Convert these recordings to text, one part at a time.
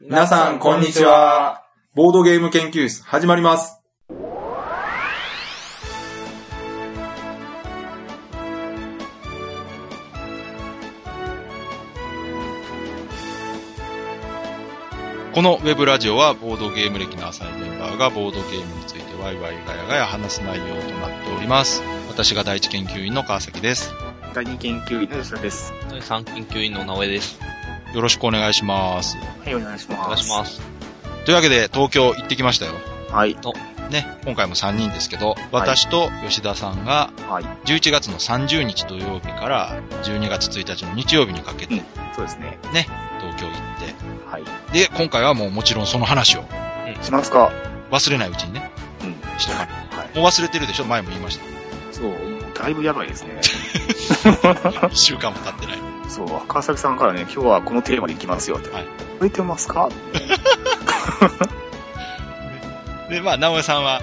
皆さん、こんにちは。ボードゲーム研究室、始まります。このウェブラジオはボードゲーム歴の浅いメンバーがボードゲームについてワイワイガヤガヤ話す内容となっております。私が第一研究員の川崎です。第二研究員の吉田です。第3研究員の直江です。よろしくお願いします。はい、お願いします。お願いします。というわけで東京行ってきましたよ。す。はい、ね、今回も3人ですけど、私と吉田さんがはい、 11月の30日土曜日から12月1日の日曜日にかけてうんそうですね。東京行っはい。て、で、今回はもうもちろんその話をしますか忘れないうちにね、うん。しとかないはい。もう忘れてるでしょ前も言いました。 そう、だいぶやばいですね。 1週間も経ってない。そう、川崎さんからね、今日はこのテーマでいきますよって。はい覚えてますかで、まあ、直江さんは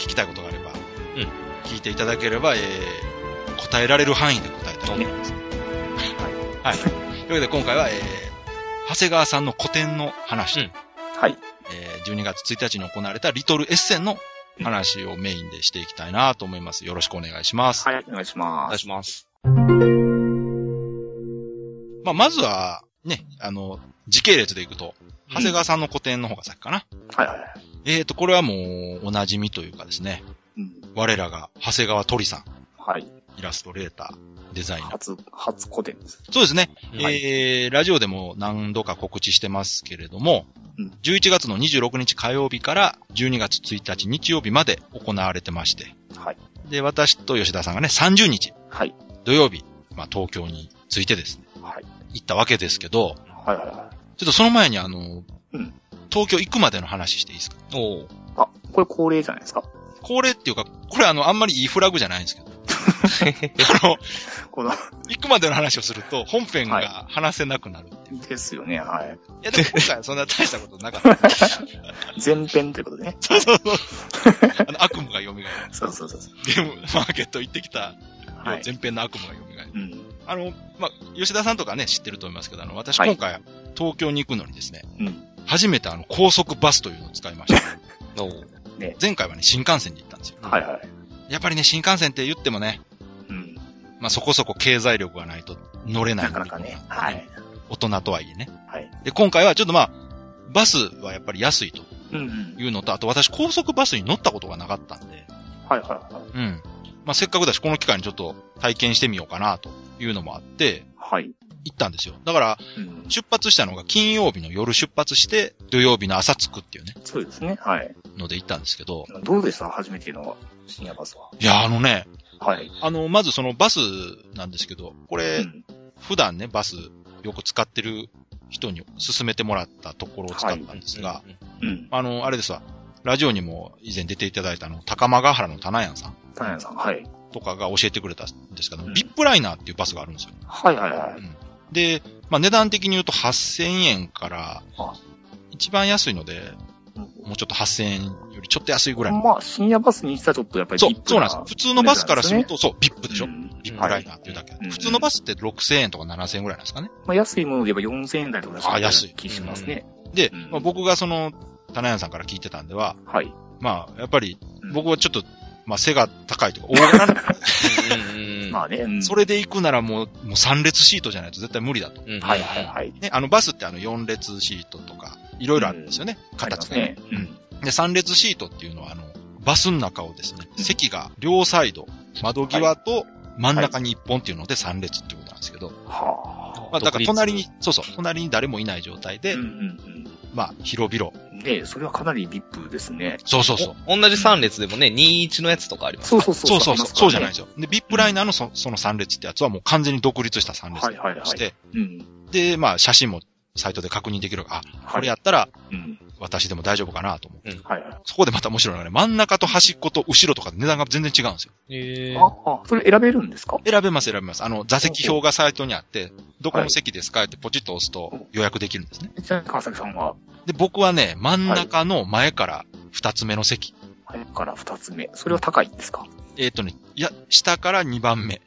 聞きたいことがあれば、聞いていただければ、えー答えられる範囲で答えたいと思います。はい。というわけで、今回は、えー長谷川さんの古典の話、うんはい。えー12月1日に行われたリトルエッセンの話をメインでしていきたいなと思います。よろしくお願いします。はい、お願いしおま願す。いします。まあ、まずは、ね、あの、時系列でいくと、うん長谷川さんの古典の方が先かな。はい、はいはい。えーと、これはもう、お馴染みというかですね、うん。我らが長谷川鳥さん、はい。イラストレーター、デザイナー。初、初古典です。そうですね。はい。えー、ラジオでも何度か告知してますけれども、うん11月の26日火曜日から12月1日日曜日まで行われてまして、はい。で、私と吉田さんがね、30日はい。土曜日、まあ、東京に着いてですね、はい。行ったわけですけど、はい、はいはい。ちょっとその前にあの、うん東京行くまでの話していいですかおうあ、これ恒例じゃないですかこれっていうか、これあの、あんまりいいフラグじゃないんですけど、 あの、この、行くまでの話をすると本編はいが話せなくなるっていう。ですよね、はい。い、や、でも今回はそんな大したことなかった。前編ということでね。そうそうそう。 あの、悪夢が蘇る。そうそうそうそう。ゲームマーケット行ってきた、はい。前編の悪夢が蘇る。うん。あの、まあ、吉田さんとかね、知ってると思いますけど、あの、私はい今回、東京に行くのにですね、うん。初めてあの、高速バスというのを使いました。 おう前回はね、新幹線で行ったんですよ。はい、はい。やっぱりね、新幹線って言ってもね、うん。まあ、そこそこ経済力がないと乗れない。なかなかね。はい。大人とはいえね。はい。で、今回はちょっとまあ、バスはやっぱり安いとうんうん。いうのと、あと私高速バスに乗ったことがなかったんで、はいはいはい。うん。まあ、せっかくだし、この機会にちょっと体験してみようかなというのもあって、はい。行ったんですよ。だから、うん。出発したのが金曜日の夜出発して、土曜日の朝着くっていうね、そうですね。はい。ので行ったんですけど、どうでした初めての深夜バスは。いや、あのね、はい。あの、まずそのバスなんですけど、こうれ、ん。普段ね、バスよく使ってる人に勧めてもらったところを使ったんですが、うん。あの、あれですわ、ラジオにも以前出ていただいたあの、高間ヶ原の棚屋さんタナヤさん。はい。とかが教えてくれたんですけど、うんビップライナーっていうバスがあるんですよ。はいはいはい。で、まあ、値段的に言うと8000円からあ、一番安いので、もうちょっと8000円よりちょっと安いぐらいの。まあ、深夜バスにしたらちょっとやっぱりそうビッ、プそうなんです。普通のバスからすると、そう、VIP うでしょ。んビップライナーっていうだけあって、はい普通のバスって6000円とか7000円ぐらいなんですかね。まあ、安いもので言えば4000円台とかだったあ安い気しますね。で、うんまあ、僕がその、棚屋さんから聞いてたんでは、はい。まあ、やっぱりうん僕はちょっと、まあ、背が高いとか、大柄な、うん うん。まあね。うんそれで行くならもう、もう3列シートじゃないと絶対無理だと。うん、はいはいはい。ね、あのバスってあの4列シートとか、いろいろあるんですよね、形がね。ありますね。で、3列シートっていうのは、あの、バスの中をですね、席が両サイド、窓際と真ん中に1本っていうので3列ってことなんですけど、うん。はまあだから隣に、そうそう、隣に誰もいない状態あ。で、うんうんまあ広々。うん。ねそれはかなりビップですね。そうそうそう。お同じ3列でもね、21のやつとかあります。そうそうそ。そううそうそう、そうじゃない。いんですよ。で、ビップライナーのそその3列ってやつはもう完全に独立した3列はいはいしはい。て、うん。で、まあ写真もサイトで確認できるから、あ、ここれやったらうん。私でも大丈夫かなと思う。はいはい。そこでまた面白いのがね、真ん中と端っこと後ろとかで値段が全然違うんですよ。えー、あ、あ、それ選べるんですか選べます、選べます。あの、座席表がサイトにあって、どこの席ですかってポチッと押すと予約できるんですね。じゃあ、川崎さんは、で、僕はね、真ん中の前から二つ目の席。前から二つ目。それは高いんですか えっ、とね、いや、下から二番目。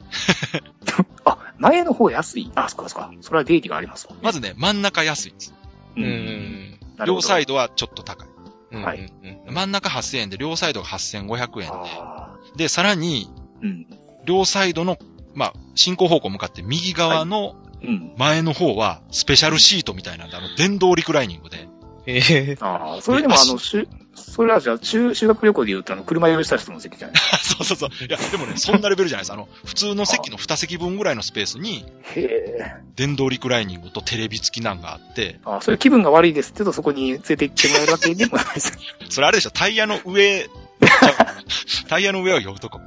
あ、前の方安い。あ、そっかそっか。それはデータがありますわ。まずね、真ん中安いんです。うう。ん。なるほど両サイドはちょっと高い。うんはいうんうん真ん中8000円で、両サイドが8500円あーで。で、さらに、うん。両サイドの、まあ、進行方向向かって右側のうん。前の方は、スペシャルシートみたいなんで、あの、電動リクライニングで。えーああ、それでもあの、しゅ、それはじゃあ、中、修学旅行で言うと、あの、車用意した人の席じゃないあ そうそうそう。いや、でもね、そんなレベルじゃないです。あの、普通の席の2席分ぐらいのスペースに、へえ。電動リクライニングとテレビ付きなんがあって、ああ、それ気分が悪いですって言うと、そこに連れて行ってもらうわけでもないです。 それあれでしょ、タイヤの上、 タイヤの上を呼ぶとこ。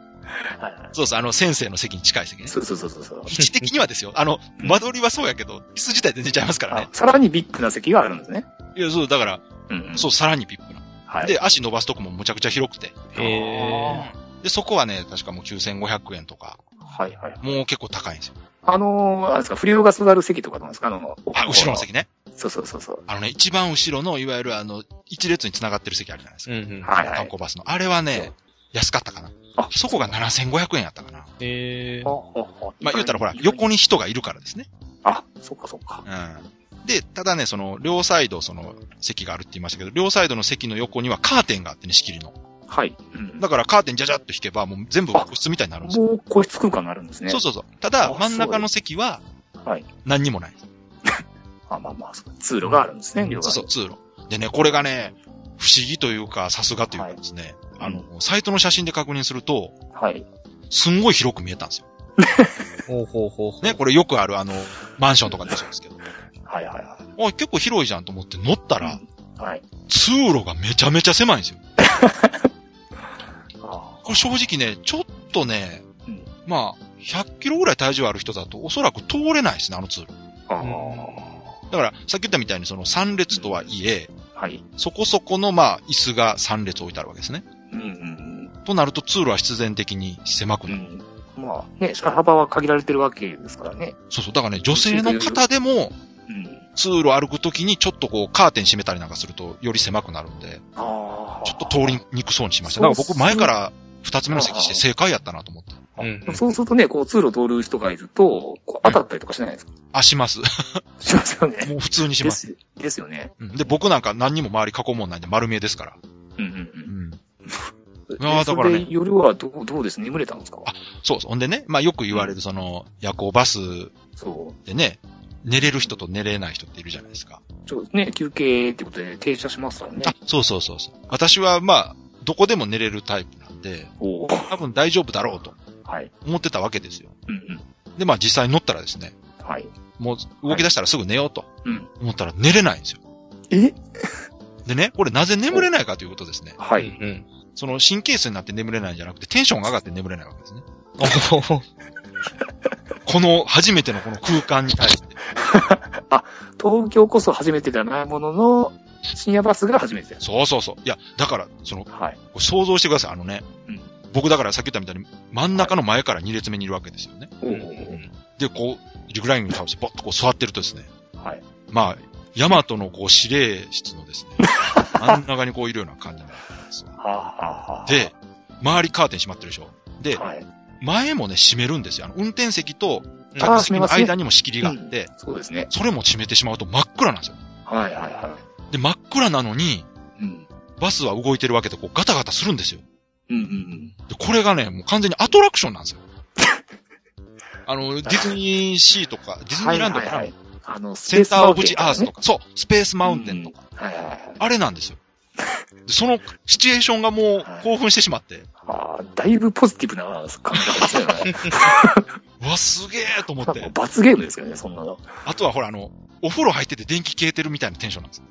はいはそうそう、あの、先生の席に近い席ねい。。そうそうそうそうそう。位置的にはですよ。あの、間取りはそうやけど、椅子自体全然ちゃいますからあね。さらにビッグな席があるんですね。いや、そう、だから、うんうん。そう、さらにピップな。はい。で、足伸ばすとこもむちゃくちゃ広くて。あーえで、そこはね、確かもう9500円とか、はいはい。もう結構高いんですよ。あのー、あれですか、不良が座る席とかどうですかあの、あ、後ろの。席ね。そうそうそうそう。あのね、一番後ろの、いわゆるあの、一列に繋がってる席あるじゃないですーうか。んうんはいは観い。光バスの。あれはね、安かったかな。あそこが7500円やったかな。えーまあ、言うたらほら、横に。に人がいるからですね。あ、そっかそっか。うん。で、ただね、その、両サイド、その、席があるって言いましたけど、両サイドの席の横にはカーテンがあってね、仕切りの。はい。うんだからカーテンじゃじゃっと引けば、もう全部個室みたいになるんですよ。もう個室空間があるんですね。そうそうそう。たあだ、そう真ん中の席ははい。何にもない。あ、まあまあ、そう通路があるんですね、両そう側そう、に通路。でね、これがね、不思議というか、さすがというかですね、はいあの、サイトの写真で確認すると、はい。すんごい広く見えたんですよ。ほうほうほうほう。ね、これよくある、あの、マンションとかでそうですけど。はいはいはおい、結構広いじゃんと思って乗ったら、い。はい。通路がめちゃめちゃ狭いんですよ。あこれ正直ね、ちょっとね、うんまあ、100キロぐらい体重ある人だと、おそらく通れないですね、あの通路。あ。あだから、さっき言ったみたいに、その3列とはいえ、あ。はい。そこそこの、まあ、椅子が3列置いてあるわけですね。うんうんとなると、通路は必然的に狭くうん。うなん。る。まあ、ね、車幅は限られてるわけですからね。そうそう。だからね、女性の方でも、うん。通路歩くときにちょっとこう、カーテン閉めたりなんかすると、より狭くなるんで、ああ。ちょっと通りにくそうにしました。そだうっからすね僕、前から二つ目の席して正解やったなと思って。うんうんそうするとね、こう通路通る人がいると、こう当たったりとかしないですかあ、します。しますよね。もう普通にしでます。すですよね。うんで、僕なんか何にも周り囲もんないんで丸見えですから。うんうんうん。ああえだからねそれで夜はどう、どうです眠れたんですかあそうそう。ほんでね、まあよく言われるその、夜行バスそでね、寝れる人と寝れない人っているじゃないですか。う。ちょっとね、休憩ってことで停車しますからねあ。、そうそうそうそう。私はまあ、どこでも寝れるタイプなんで、おお。は多分大丈夫だろうとい。思ってたわけですよ。うんうん。で、まあ実際乗ったらですね、はい。もう動き出したらすぐ寝ようとうん。思ったら寝れないんですよ。えでね、これなぜ眠れないかということですね。はうい。んうん。その神経質になって眠れないんじゃなくて、テンションが上がって眠れないわけですね。おほほほこの初めてのこの空間に対して。東京こそ初めてではないものの、深夜バスが初めてです。そうそうそう。いや、だから、その、はい。想像してください、あのね。うん僕だからさっき言ったみたいに、真ん中の前から2列目にいるわけですよね。おうんうお。んで、こう、リクライニング倒して、ぼっとこう座ってるとですね、はい。まあ、ヤマトのこう指令室の ですね、真ん中にこういるような感じになってるんですよは。あはあはあ。で、周りカーテン閉まってるでしょ。で、はい。前もね、閉めるんですよ。あの、運転席とうんタクシーあー閉めのますね間にも仕切りがあって、そうですね。それも閉めてしまうと真っ暗なんですよ。はいはいはで、真っ暗なのに、い。うん。バスは動いてるわけでこうガタガタするんですよ。うんうんで、これがね、もう完全にアトラクションなんで すよ。あの、ディズニーシーとか、ディズうん。ニーランドとかはいはいのはい。あの、センターオブジスペアマーウンテスンとか、そう、スペースマウンテンとか、かね。はいはいはい。あれなんですよ。でそのシチュエーションがもう興奮してしまって、ああ、だいぶポジティブな感覚ですよ ね。うわ、すげえと思っなんかて。罰ゲームですよね、そんなの。あとはほら、あの、お風呂入ってて電気消えてるみたいなテンションな んですよ。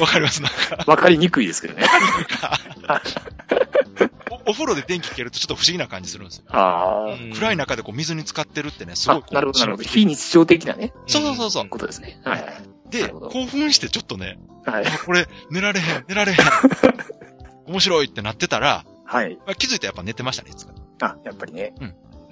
わかりますなんかわかりにくいですけどね。お、お風呂で電気消えるとちょっと不思議な感じするんですよ。ああ、うん暗い中でこう水に浸かってるってね、すごいあこ、うなるほど、なるほど。非日常的なね、そうそうそうそう。ことですね。はいはい。で、なるほど興奮してちょっとね、はい。あこれ、寝られへん、寝られへん。面白いってなってたら、はい。まあ、気づいたらやっぱ寝てましたね、いつか。あ、やっぱりね。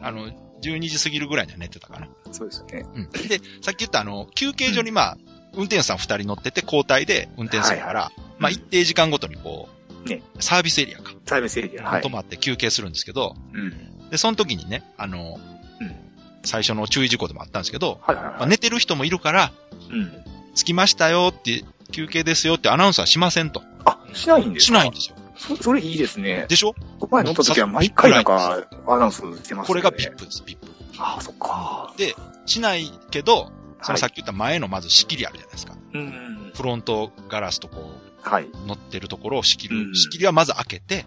あの、12時過ぎるぐらいには寝てたかな。そうですよね。うん。で、さっき言ったあの、休憩所にまあ、運転手さん2人乗ってて交代で運転するから、まあ一定時間ごとにこう、ねサービスエリアか、サービスエリア。はい止。まって休憩するんですけど、うん。で、その時にね、あの、うん最初の注意事項でもあったんですけど、はいはいまあ、はい。寝てる人もいるから、うん。着きましたよって休憩ですよってアナウンスはしませんと。あ、しないんですしかないんですよ。そそれいいですね。でしょこの前飲んだ時は毎回なんか、アナウンスしてますこよれね。が VIP です、VIP。ああ、そっか。しないけど、はそのいさっき言った前のまず仕切りあるじゃないですか。うん。フロントガラスとこはい。う、乗ってるところを仕切うる。ん仕切りはまず開けて、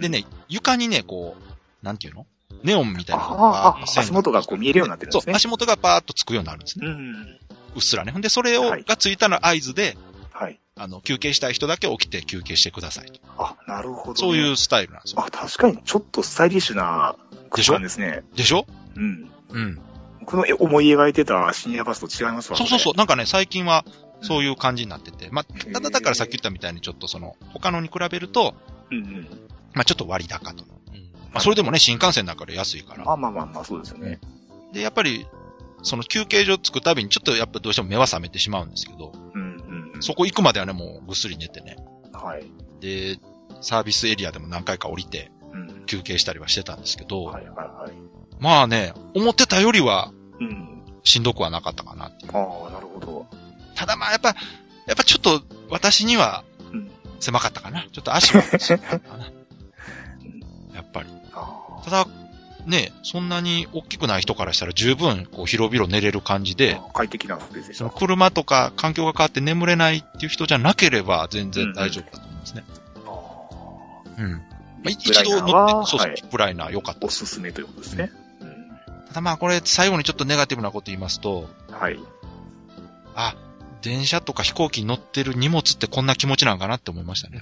でね、床にね、こう、なんていうのネオンみたいなのああ、線足元がこう見えるようになってるんでそうす、ね。足元がパーッとつくようになるんですね。うん。うっすらね。ほんで、それをはい、がついたの合図で、はい。あの、休憩したい人だけ起きて休憩してくださいと。あ、なるほどね。そういうスタイルなんですよ。あ、確かにちょっとスタイリッシュな空間ですね。でしょうん。うん。この思い描いてたシニアバスと違いますわ、。そうそうそうう。なんかね、最近は、そういう感じになってて。まへあ、ーただだからさっき言ったみたいに、ちょっとその、他のに比べると、うんうん。まあ、ちょっと割高と。うんまあ、それでもね、新幹線なんかで安いかまら。あまあまあまあ、そうですよね。で、やっぱり、その休憩所着くたびに、ちょっとやっぱどうしても目は覚めてしまうんですけど、うんうん。そこ行くまではね、もうぐっすり寝てね。はい。で、サービスエリアでも何回か降りて、うん。休憩したりはしてたんですけど、はいはいはい。まあね、思ってたよりは、うん。しんどくはなかったかなっていう。ああ、なるほど。ただまあ、やっぱ、やっぱちょっと、私にはうん。狭かったかな。ちょっと足も、 やっぱり。あただ、ね、そんなに大きくない人からしたら十分、こう、広々寝れる感じで、あ。快適なスペースですそのよ。車とか環境が変わって眠れないっていう人じゃなければ全然大丈夫だと思うんですね。あーうん。まあ、リップラ一イナー度乗はって、そうそう、はいリップライナー良かったおです。すすめということですね。ただまあこれ最後にちょっとネガティブなこと言いますと、うん。はい。あ、電車とか飛行機に乗ってる荷物ってこんな気持ちなんかなって思いましたね。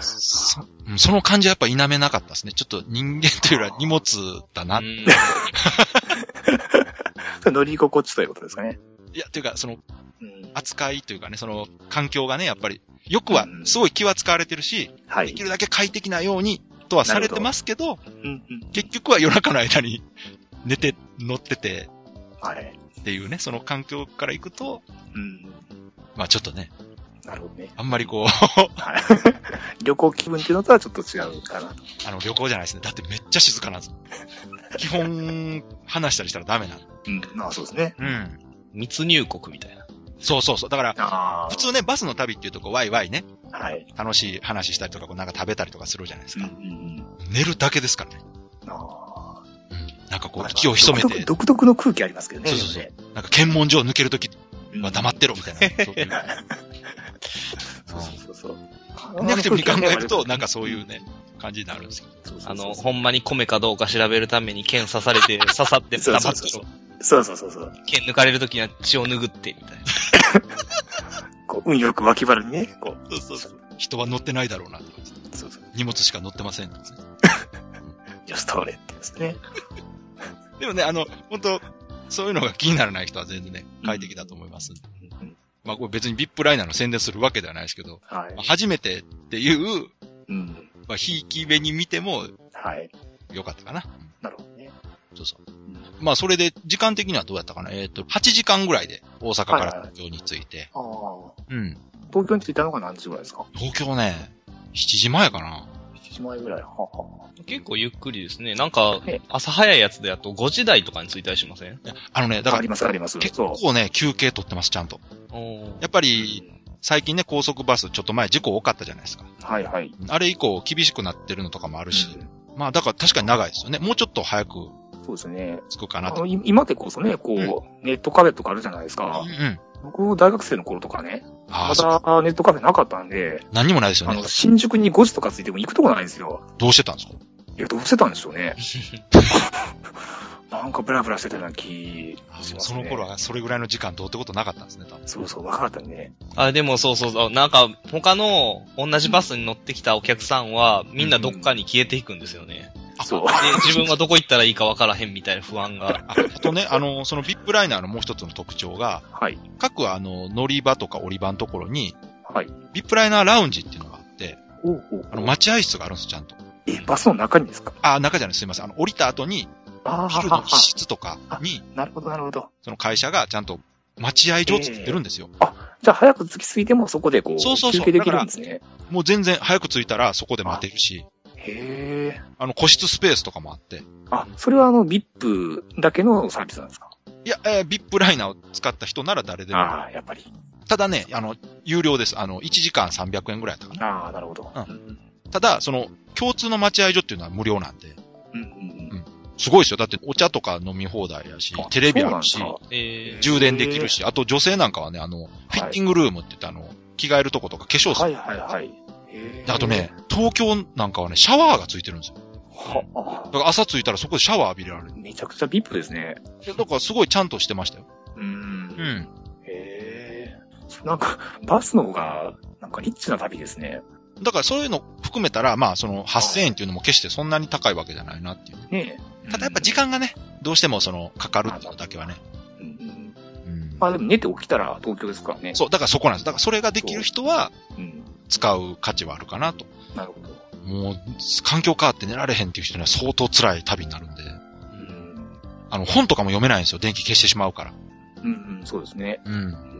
そうんその感じはやっぱ否めなかったですね。ちょっと人間というよりは荷物だな。ういんそれ乗り心地ということですかね。や、というか、そのうん。扱いというかね、その環境がね、やっぱり、よくはすごい気は使われてるし、はでいき。るだけ快適なようにとはされてますけど、うんうん。結局は夜中の間に寝て、乗っててはい。っていうね、その環境から行くと、うん。まあちょっとね、なるほどね。あんまりこう、 はい。旅行気分っていうのとはちょっと違うかな。あの、旅行じゃないですね。だってめっちゃ静かなんですよ。基本、話したりしたらダメなの。うん。まあそうですね。うん。密入国みたいな。そうそうそう。だから、ああ。普通ね、バスの旅っていうとこう、ワイワイね、はい。楽しい話したりとか、こうなんか食べたりとかするじゃないですうんうか。ん寝るだけですからね。うん。ああ。うん。なんかこう、息を潜めて、独特の空気ありますけどね。そうそうそうなんか検問所を抜けるときは黙ってろみたいな。そういう そうそうそうそう。ネガティブに考えると、なんかそういうね、感じになるんですけど。そうそうそうそう、あの、ほんまに米かどうか調べるために剣刺され て、刺さってそう黙そっうそうてろ。そうそうそうそう。剣抜かれるときには血を拭って、みたいな。こう、運よく脇腹にね、こう、そうそうそう。人は乗ってないだろうなとか言ってそうそう。荷物しか乗ってませんとかね。ジャストレってですね。でもね、あの、本当そういうのが気にならない人は全然ね、快適だと思います。うんまあ、これ別にビップライナーの宣伝するわけではないですけど、はいまあ。初めてっていう、うん。まあ、ひいき目に見てもはい。よかったかな。なるほどね。そうそう。まあ、それで、時間的にはどうやったかな。えっ、と、8時間ぐらいで大阪から東京に着いて、ああ。うん。東京に着いたのが何時ぐらいですか東京ね、7時前かな。 ?7 時前ぐらい。はあは結構ゆっくりですね。なんかはい、朝早いやつでやっと5時台とかに着いたりしませんあのね、だあ。かありら、ますあります。結そう。構ね、休憩取ってます、ちゃんと。おーやっぱり、最近ね、高速バス、ちょっと前事故多かったじゃないですか。はいはい。あれ以降、厳しくなってるのとかもあるし、うんまあだから確かに長いですよね。もうちょっと早くそうですね。着くかあなと。のい今でこそね、こう、ネットカフェとかあるじゃないですかうん。うん。僕も大学生の頃とかね、あまあ、そうだネットカフェなかったんで、何にもないですよあねの、。新宿に5時とかついても行くとこないんですよ。どうしてたんですかいや、どうしてたんでしょう ね。なんかブラブラしてたような気あしそます、ね。の頃はそれぐらいの時間どうってことなかったんですね、多分。そうそう、分かったね。あ、でもそうそうそう。なんか、他の同じバスに乗ってきたお客さんは、みんなどっかに消えていくんですよね。そう。で、自分がどこ行ったらいいかわからへんみたいな不安が。ああとね、あの、そのビップライナーのもう一つの特徴が、はい。各あの、乗り場とか降り場のところに、はい。ビップライナーラウンジっていうのがあって、おうおうあの、待合室があるんです、ちゃんと。え、バスの中にですかあ、中じゃない、すいません。あの、降りた後に、あ昼の一室とかに、あ、なるほど、なるほど。その会社がちゃんと待合所を作ってるんですよ。じゃあ、早く着きすぎてもそこでこう、そうそうそう休憩できるんですね。もう全然早く着いたらそこで待てるし、へえ。あの、個室スペースとかもあって、あ、それはあの、VIP だけのサービスなんですかいや、えー、VIP ライナーを使った人なら誰でも。ああ、やっぱり。ただね、あの、有料です。あの、1時間300円ぐらいだったかな。ああ、なるほど。ううん。ただ、その、共通の待合所っていうのは無料なんで。うんうんうん。すごいですよ。だって、お茶とか飲み放題やしあ、テレビあるしそう、なんで えー、充電できるし、あと女性なんかはね、あの、フィッティングルームって言ってあの、着替えるとことか化粧すかすはる。いはいはい。へでーあとね、、東京なんかはね、シャワーがついてるんですよ。はあだから朝着いたらそこでシャワー浴びれられる。めちゃくちゃビップですね。でだからすごいちゃんとしてましたよ。うん。うん。へえ。なんか、バスの方が、なんかリッチな旅ですね。だからそういうの含めたら、まあ、その8000円っていうのも決してそんなに高いわけじゃないなっていう。ねえ。ただやっぱ時間がね、どうしてもその、かかるっていうのだけはね。うん。うんうんまあでも寝て起きたら東京ですからね。そう、だからそこなんです。だからそれができる人は、うん。使う価値はあるかなと。なるほど。もう、環境変わって寝られへんっていう人には相当辛い旅になるんで。うん。あの、本とかも読めないんですよ。電気消してしまうから。うん、うん、そうですね。うん。うん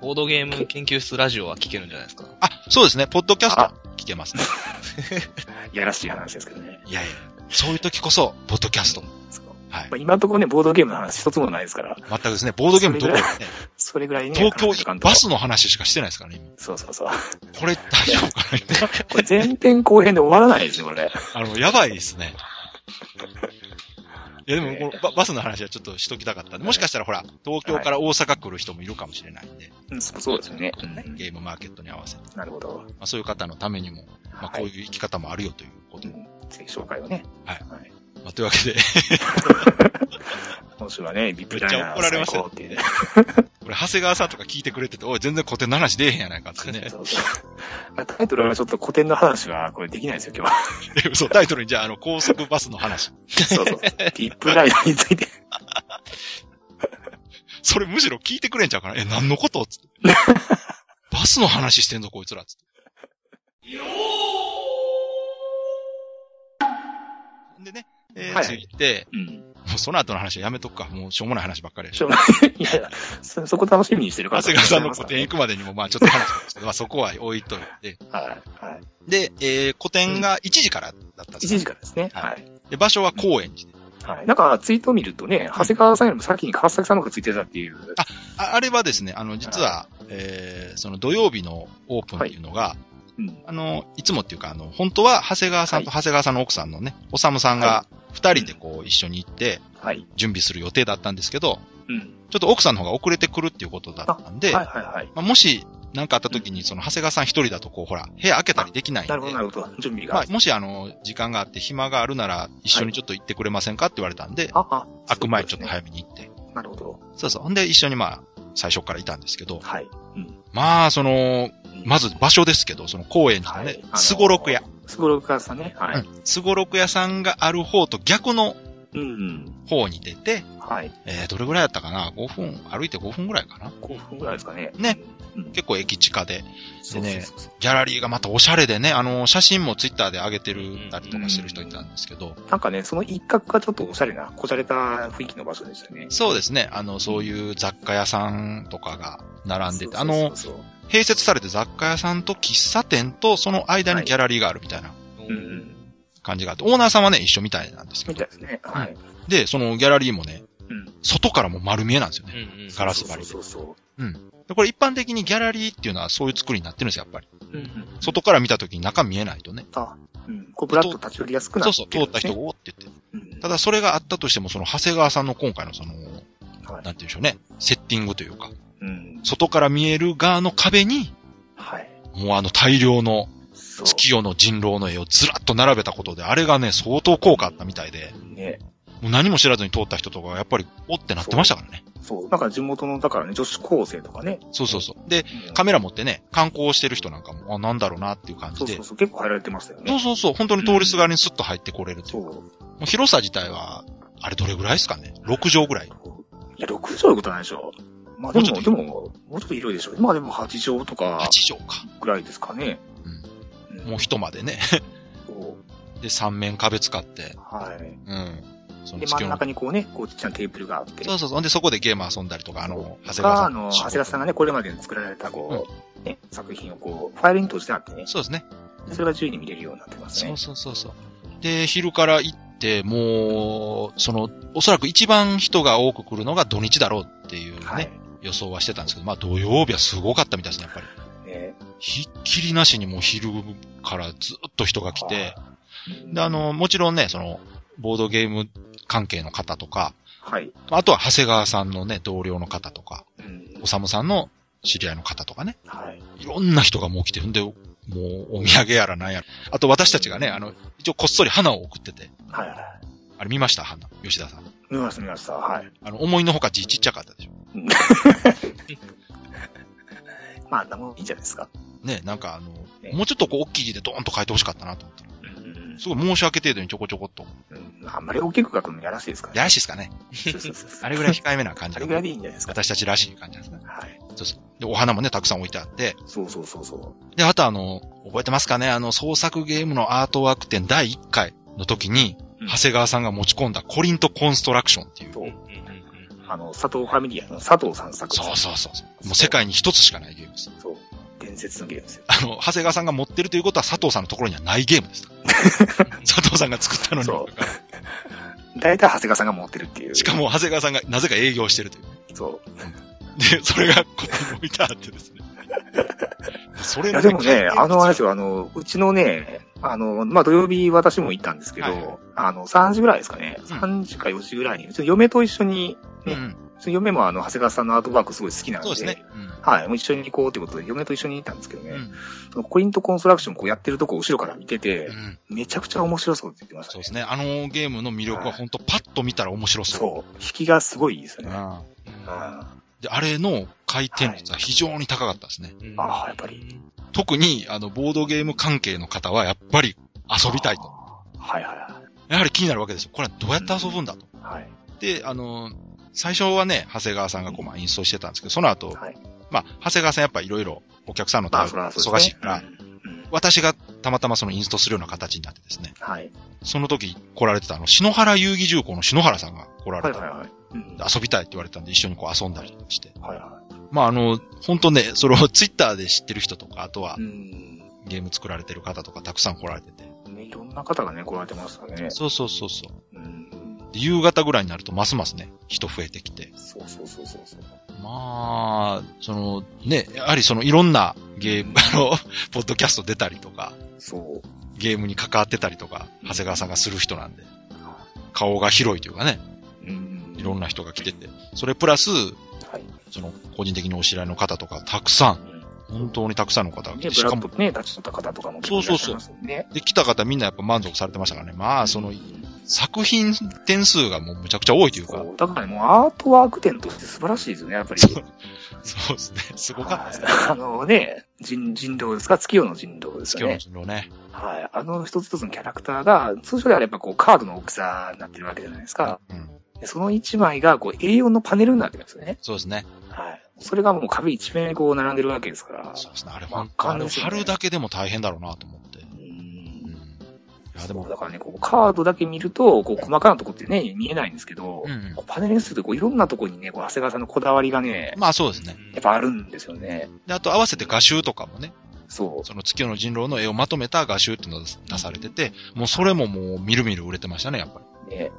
ボードゲーム研究室ラジオは聞けるんじゃないですか。あ、そうですね。ポッドキャスト聞けますね。いやらしい話ですけどね。いやいや。そういう時こそ、ポッドキャスト。そうはいまあ、今のところね、ボードゲームの話一つもないですから、全くですね。ボードゲームどころかね、それぐらいね、東時京間、とバスの話しかしてないですからね、そうそうそう。今これ大丈夫かな今これ前編後編で終わらないですね、これ。あの、やばいですね。いや、でもこのバ、バスの話はちょっとしときたかったんで、もしかしたらほら、東京から大阪来る人もいるかもしれないんで、うん、そうそうですよね。うんねゲームマーケットに合わせて、なるほど。まあ、そういう方のためにも、まあ、はこうい。いう生き方もあるよということうで。んぜひ紹介をね。はいはい。まあ、というわけで、 今週はね、ビップめっちゃ怒られましたよっていうね。これ、長谷川さんとか聞いてくれてて、おい、全然古典の話出えへんやないかってね。そうそうあタイトルはちょっと古典の話は、これできないですよ、今日は。 そう、タイトルに、じゃあ、あの、高速バスの話。そうそう。ビップライナーについて。それむしろ聞いてくれんちゃうかなえ、何のこ とつって。バスの話してんぞ、こいつら。つって。でね、えー、はいついて、うん。もうその後の話はやめとくか。もうしょうもない話ばっかりでししょょう。がない。いやいや、そ、そこ楽しみにしてるから。長谷川さんの古典行くまでにも、まあちょっと話しますけど、まあそこは置いといて。はい。はい。で、えー、古典が1時からだったんです1よ時からですね。ははい。で、場所は高円寺で。はい。なんか、ツイートを見るとね、長谷川さんよりも先に川崎さんの方がついてたっていう。ああれはですね、あの、実は、えー、その土曜日のオープンっていうのが、うん。あの、いつもっていうか、あの、本当は、長谷川さんと長谷川さんの奥さんのね、おさむさんが、二人でこう、一緒に行って、はい。準備する予定だったんですけど、うん。ちょっと奥さんの方が遅れてくるっていうことだったんで、はいはいはい。まあ、もし、なんかあった時に、その、長谷川さん一人だと、こう、ほら、部屋開けたりできないんでな、るほどなるほど。準備が。まあ、もし、あの、時間があって、暇があるなら、一緒にちょっと行ってくれませんかって言われたんで、あ、あ、開く前ちょっそういとう早めに行っとて。ですね。なるほど。そうそう。ほんで、一緒にまあ、最初からいたんですけど、はい。まあ、その、まず場所ですけど、その公園寺のはねい、すごろく屋。。すごろく屋さんね。はい。すごろく屋さんがある方と逆のうん。方に出て、はい。えー、どれぐらいだったかな ?5 分、歩いて5分ぐらいかな5分ぐらいですかね。ねうん。うん。結構駅近で、そうそうそうそギャラリーがまたおしゃれでね、あの、写真もツイッターで上げてるたりとかしてる人いたんですけど、う。なんかね、その一角がちょっとおしゃれな、こじゃれた雰囲気の場所でしたね。そうですね、あの、そういう雑貨屋さんとかが並んでて、あの、そうそうそう併設されて雑貨屋さんと喫茶店とその間にギャラリーがあるみたいなうんうん。感じがあって、オーナーさんはね、一緒みたいなんですけみどたい、ですね。はい。で、そのギャラリーもね、うん。外からも丸見えなんですようんね。 うん。ガラス張りでそうそうそうでこれ一般的にギャラリーっていうのはそういう作りになってるんですよ、やっぱり。そう。うんうん。外から見た時に中見えないとね。あ、うん。こう、ブラッと立ち寄りやすくなそうるそう、通った人がうおーって言って。ん。ただそれがあったとしても、その長谷川さんの今回のその、なんてはい言うんでしょうね、セッティングというか、うん。外から見える側の壁に、はい。もうあの大量のそう。月夜の人狼の絵をずらっと並べたことで、あれがね、相当効果あったみたいで、ね。もう何も知らずに通った人とかはやっぱり、おってなってましたからね。そう。なんか地元の、だからね、女子高生とかね。そうそうそう。で、うんカメラ持ってね、観光してる人なんかも、あ、なんだろうなっていう感そじうそでう。そう。結構入られてましたよそうね。そうそう、本当に通りすがりにスッと入ってこれるというそう。もう広さ自体は、あれどれぐらいですかね ?6 畳ぐらい。いや、6畳いうことはないでしょ。まあでもうちょも、っでとも、もうちょっと広いでしょ。まあでも8畳とか8畳か。ぐらいですかね。うんもう一までね。そうで、3面壁使って。はい。うん。そで、の真月んの。中にこうね、こうちっちゃなテーブルがあって。そうそうそう。ほんで、そこでゲーム遊んだりとか、あの、長谷川が、さあんの、の。長谷川さんがね、これまでに作られた、こう、ね、作品をこう、ファイルに閉じてあってね、そうですね。それが自由に見れるようになってますそねう。そうそうそう。で、昼から行って、もう、その、おそらく一番人が多く来るのが土日だろうっていうね、はい。予想はしてたんですけど、まあ土曜日はすごかったみたいですね、やっぱり。ねひっきりなしにもう昼からずっと人が来て、うんで、あの、もちろんね、その、ボードゲーム関係の方とか、はい。あとは長谷川さんのね、同僚の方とか、うんおさむさんの知り合いの方とかね、はい。いろんな人がもう来てるんで、もうお土産やらなんやら。あと私たちがね、あの、一応こっそり花を送ってて、はいはい。あれ見ました花。吉田さん。見ました、見ました。はい。あの、思いのほか字ちっちゃかったでしょ。まあ、あんなもんいいんじゃないですか。ね、なんかあのね、もうちょっとこう大きい字でドーンと書いてほしかったなと思ったうら。んすごい申し訳程度にちょこちょこっと。うんあんまり大きく書くのやらしいですからね。やらしいですかね。そうそうそうそうあれぐらい控えめな感じあがれぐらいでいいんじゃないですか。私たちらしい感じなんですね。はい。そうそう。で、お花もね、たくさん置いてあって。そうそうそうそで、あとあの、覚えてますかねあの、創作ゲームのアートワーク展第1回の時にうん、。長谷川さんが持ち込んだコリントコンストラクションっていうう。と、うんあの、佐藤ファミリアの佐藤さん作そうそうそうそう。もう世界に一つしかないゲームです。う。そう。伝説のゲームですよ。あの、長谷川さんが持ってるということは佐藤さんのところにはないゲームです。佐藤さんが作ったのにそ大体長谷川さんが持ってるっていう。しか。も長谷川さんがなぜか営業してるという。そう。で、それがここに置いてあっ てですね。それいやでも ね、あの、あれですよ。よ、あの、うちのね、あの、まあ、土曜日私も行ったんですけど、はいあの、3時ぐらいですかね。ん3時か4時ぐらいに、うちの嫁と一緒に、うねん。うちの嫁もあの、長谷川さんのアートワークすごい好きなのそで、うですね。はい、もう一緒に行こうということで、嫁と一緒に行ったんですけどね、うん。そのコリントコンストラクションこうやってるとこ後ろから見てて、うん。めちゃくちゃ面白そうって言ってましたそうね。ですね。あのゲームの魅力は本当パッと見たら面白そう。そう。引きがすごいいいですよね。ああで、あれの回転率は非常に高かったですね。うんあー、やっぱり。特に、あの、ボードゲーム関係の方はやっぱり遊びたいと。はいはいはやはり気になるわけですよ。これはどうやって遊ぶんだと。い。はい。で、あの、最初はね、長谷川さんがこう、まあ、インストしてたんですけど、その後、はいまあ、長谷川さんやっぱいろいろお客さんのま対あ、応それがはそう忙ですしねいから、うんうん私がたまたまそのインストするような形になってですね、はい。その時来られてたあの、篠原遊戯重工の篠原さんが来らはいはれいた。はい。うん遊びたいって言われたんで一緒にこう遊んだりして。はいは。まあ、あの、本当ね、それをツイッターで知ってる人とか、あとはいうん。ゲーム作られてる方とかたくさん来られてて。ね、いろんな方がね、来られてましたね。そうそうそうそう。うん。で夕方ぐらいになるとますますね、人増えてきて。そうそうそうそうそう。まあ、その、ね、やはりそのいろんなゲーム、あの、 ポッドキャスト出たりとか、そう。ゲームに関わってたりとか、長谷川さんがする人なんで、顔が広いというかね、うんいろんな人が来てて、それプラス、はい。その、個人的にお知り合いの方とか、たくさん、本当にたくさんの方がで、来て、ブしラかッも、とね、立ち取った方とかもそうそうそ結構いうらっしゃいますもんね。で、来た方みんなやっぱ満足されてましたからね。まあ、そのう、ん作品点数がもうむちゃくちゃ多いというか、そうだからね、もうアートワーク展として素晴らしいですよね、やっぱり。そうそう ですね。すごかったです ね。はいあのね、人、人狼ですか月夜の人狼ですよ今日のね。人狼ね。はい。あの一つ一つのキャラクターが、通常であればこうカードの大きさになってるわけじゃないですか。うん。でその一枚がこう A4 のパネルになってるんですよね。そうですね。はい。それがもう壁一面にこう並んでるわけですから。そうですね。あれ、わ本か当んあないれ、ですよね貼るだけでも大変だろうなと思って。ううん。いん。や、でも、だからね、こうカードだけ見ると、こう細かなとこってね、見えないんですけど、うんこうパネルにするとこういろんなとこにね、こう長谷川さんのこだわりがね、まあそうですね。やっぱあるんですよね。で、あと合わせて画集とかもね、そう。その月夜の人狼の絵をまとめた画集っていうのが出されてて、もうそれももうみるみる売れてましたね、やっぱり。ね。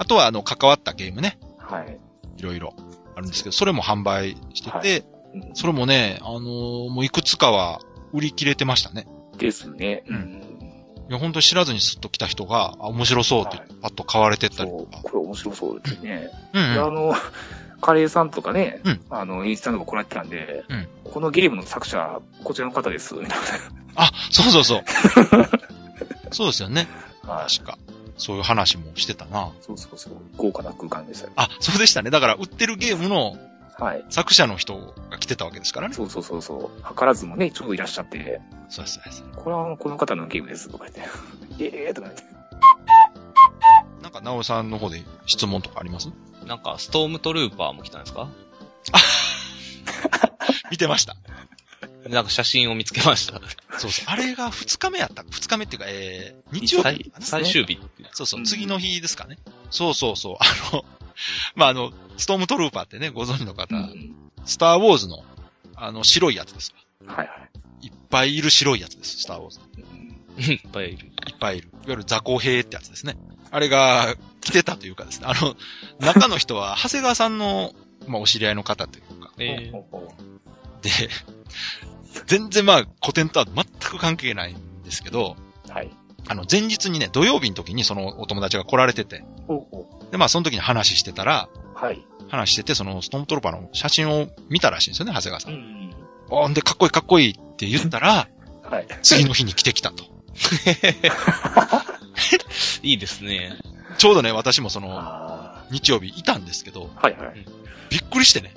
あとは、あの、関わったゲームね、はい。いろいろあるんですけど、それも販売してはて、うんそれもね、あのーもういくつかは売り切れてましたね。ですね。うんん。いや、本当に知らずにすっと来た人が、あ、面白そうって言って、パッと買われてったそりとうか。。これ面白そうですね。うんであうん。の、 カレーさんとかね、うんあの、インスタとか来られてたんで、うんこのゲームの作者、こちらの方です、みたいあ、そうそ うそう。そうですよね。な。はい。確か。そういう話もしてたな。そうそうそう。豪華な空間でしたよ。あ、そうでしたね。だから、売ってるゲームのはい。作者の人が来てたわけですからね。そうそうそうそう。図らずもね、ちょうどいらっしゃって、そうです、そうです。これはこの方のゲームです、とか言って。 ええー、とか言って。なんか、なおさんの方で質問とかありますなんか、ストームトルーパーも来たんですか見てました。なんか写真を見つけました。そうそう。あれが2日目やった。2日目っていうか、えー、日曜日最かな最終日。そうそうう、ん次の日ですかね。そうそうそう。 あの、まあ、あの、ストームトルーパーってね、ご存知の方、うんスターウォーズの、あの、白いやつです。はいはいっぱいいる白いやつです、スターウォーズ。い。うんいっぱいいる。いっぱいいる。いわゆる雑魚兵ってやつですね。あれが来てたというかですね、あの、中の人は、 長谷川さんの、まあ、お知り合いの方というか、えー、で、全然まあ、古典とは全く関係ないんですけど、はい。あの、前日にね、土曜日の時にそのお友達が来られてて、ほうほで、まあ、その時に話してたら、う。はい。話してて、そのストームトローパーの写真を見たらしいんですよね、長谷川さん。ん。あ、んで、かっこいいかっこいいって言った ら、はい。次の日に来てきたと。いいですね。ちょうどね、私もその、あ日曜日いたんですけど、あ。はいはい。びっくりしてね、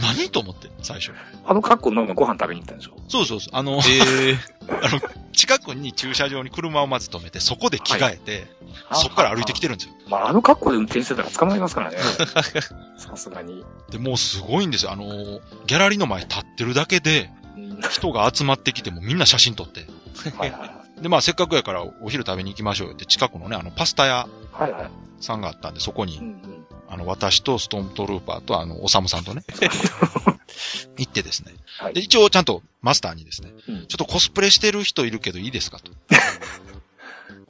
何と思って、最初。あの格好のままご飯食べに行ったんでしょそうそうそう。あの、えあの、近くに駐車場に車をまず止めて、そこで着替えて、そこから歩いてきて。てるんですよ。まあ、あの格好で運転してたら捕まります からね。さすがに。で、もうすごいんですよ。あの、ギャラリーの前立ってるだけで、うん人が集まってきて、もうみんな写真撮って。はいはで、まあせっかくやからお昼食べに行きましょうよって、近くのね、あの、パスタ屋い。はいはい。さんがあったんで、そこうに、んうん。あの、私とストームトルーパーと、あの、おさむさ んとね、行ってですね。はいで、。一応ちゃんとマスターにですね、うんちょっとコスプレしてる人いるけどいいですかと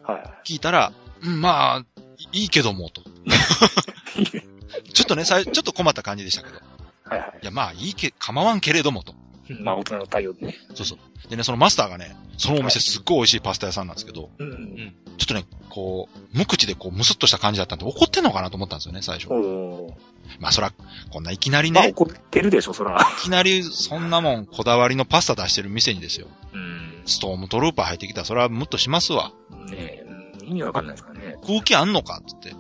は聞いたら、うん、まあ、いいけども、と。い。ちょっとね、さいちょっと困った感じでしたけど。はいはいいや、まあ、いいけ、構わんけれども、と。い。まあ、大人の対応でね。そうそう。でね、そのマスターがね、そのお店すっごい美味しいパスタ屋さんなんですけど、うんちょっとね、こう、無口でこう、ムスっとした感じだったんで、怒ってんのかなと思ったんですよね、最初う。ん。おーまあ、そら、こんないきなりまあ、ね、怒ってるでしょ、そら。いきなり、そんなもん、こだわりのパスタ出してる店にですよ。うん。ストームトルーパー入ってきたら、それはムッとしますわ。ねえ、うん意味わかんないですからね。空気あんのかつって。うん。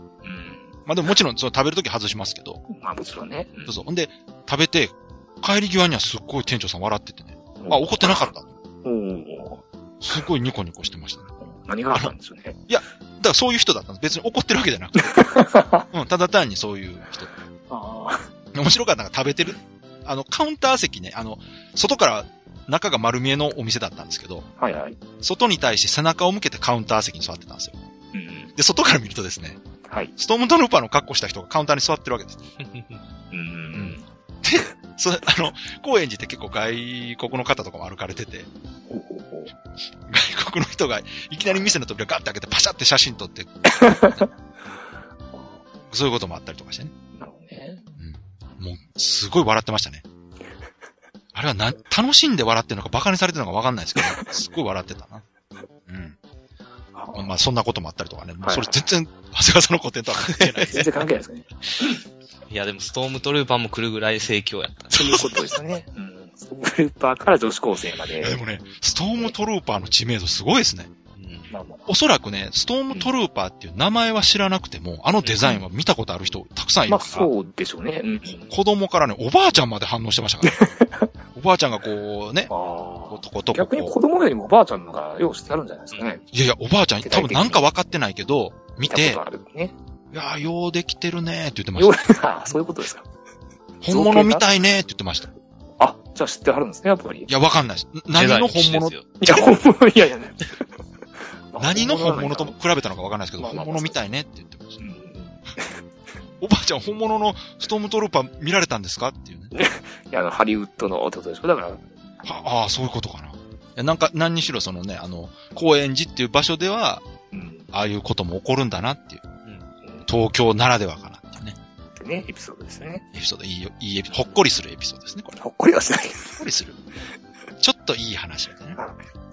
まあ、でもも ちろん、その食べるとき外しますけど。まあ、もちろんね。そうそう。ほんで、食べて、帰り際にはすっごい店長さん笑っててね。うんあ、怒ってなかった。おーすごいニコニコしてましたね。何があったんでしょうね。だからそういう人だったんです。別に怒ってるわけじゃなくて。 うん、ただ単にそういう人。あ面白かったのが食べてる。あの、カウンター席ね、あの、外から中が丸見えのお店だったんですけど、あ。はいはい。外に対して背中を向けてカウンター席に座ってたんですよ。うん。で、外から見るとですね、はい。ストームトルーパーの格好した人がカウンターに座ってるわけです。うん。それ、あの、高円寺って結構外国の方とかも歩かれてて、 ほうほうほう。外国の人がいきなり店の扉ガッて開けてパシャって写真撮って、そういうこともあったりとかしてね。なるほどね。もう、すごい笑ってましたね。あれはな、楽しんで笑ってるのか、馬鹿にされてるのかわかんないですけど、すっごい笑ってたな。うん。まあまあ、そんなこともあったりとかね。もうそれ全然、長谷川さんの古典とは関係ない。全然関係ない ですね。 ーいや、でもストームトルーパーも来るぐらい盛況やった。そういうことですね。うん。ストールーパーから女子高生まで いや。でもね、ストームトルーパーの知名度すごいですね。うんまあまあまおそらくね、ストームトルーパーっていう名前は知らなくても、あのデザインは見たことある人たくさんあ。いまるあ、から、そうでしょうね。うん。子供からね、おばあちゃんまで反応してましたから、 ね、おばあちゃんがこうね、あこあう。とことこ逆にこ子供よりもおばあちゃんの方がようしてあるんじゃないですかね。う、いやいや、おばあちゃん多分なんか分かってないけど、見見てた、ことあるね。いやー、ようできてるねーって言ってまよしうた。、ああ、そういうことですか。本物みたいねーって言ってました。いあ、じゃあ知ってはるんですね、やっぱり。や、わかんないです。な何の本物デザイン一緒です、いや、よ本物、いやいや。 何の本物と比べたのかわかんないですけど、まあ本まあ物みたいねって言ってましうた。んおばあちゃん、本物のストームトルーパー見られたんですかっていうね。いや、あのハリウッドのってことでしょだから、ああー、そういうことかな。いや、なんか、何にしろそのね、あの、高円寺っていう場所では、うん。ああいうことも起こるんだなっていう。東京ならではかなっていうね。ってね、エピソードですよね。エピソード、いいよ、いいエピ、ほっこりするエピソードですね、これ。ほっこりはしない。ほっこりする。ちょっといい話だね。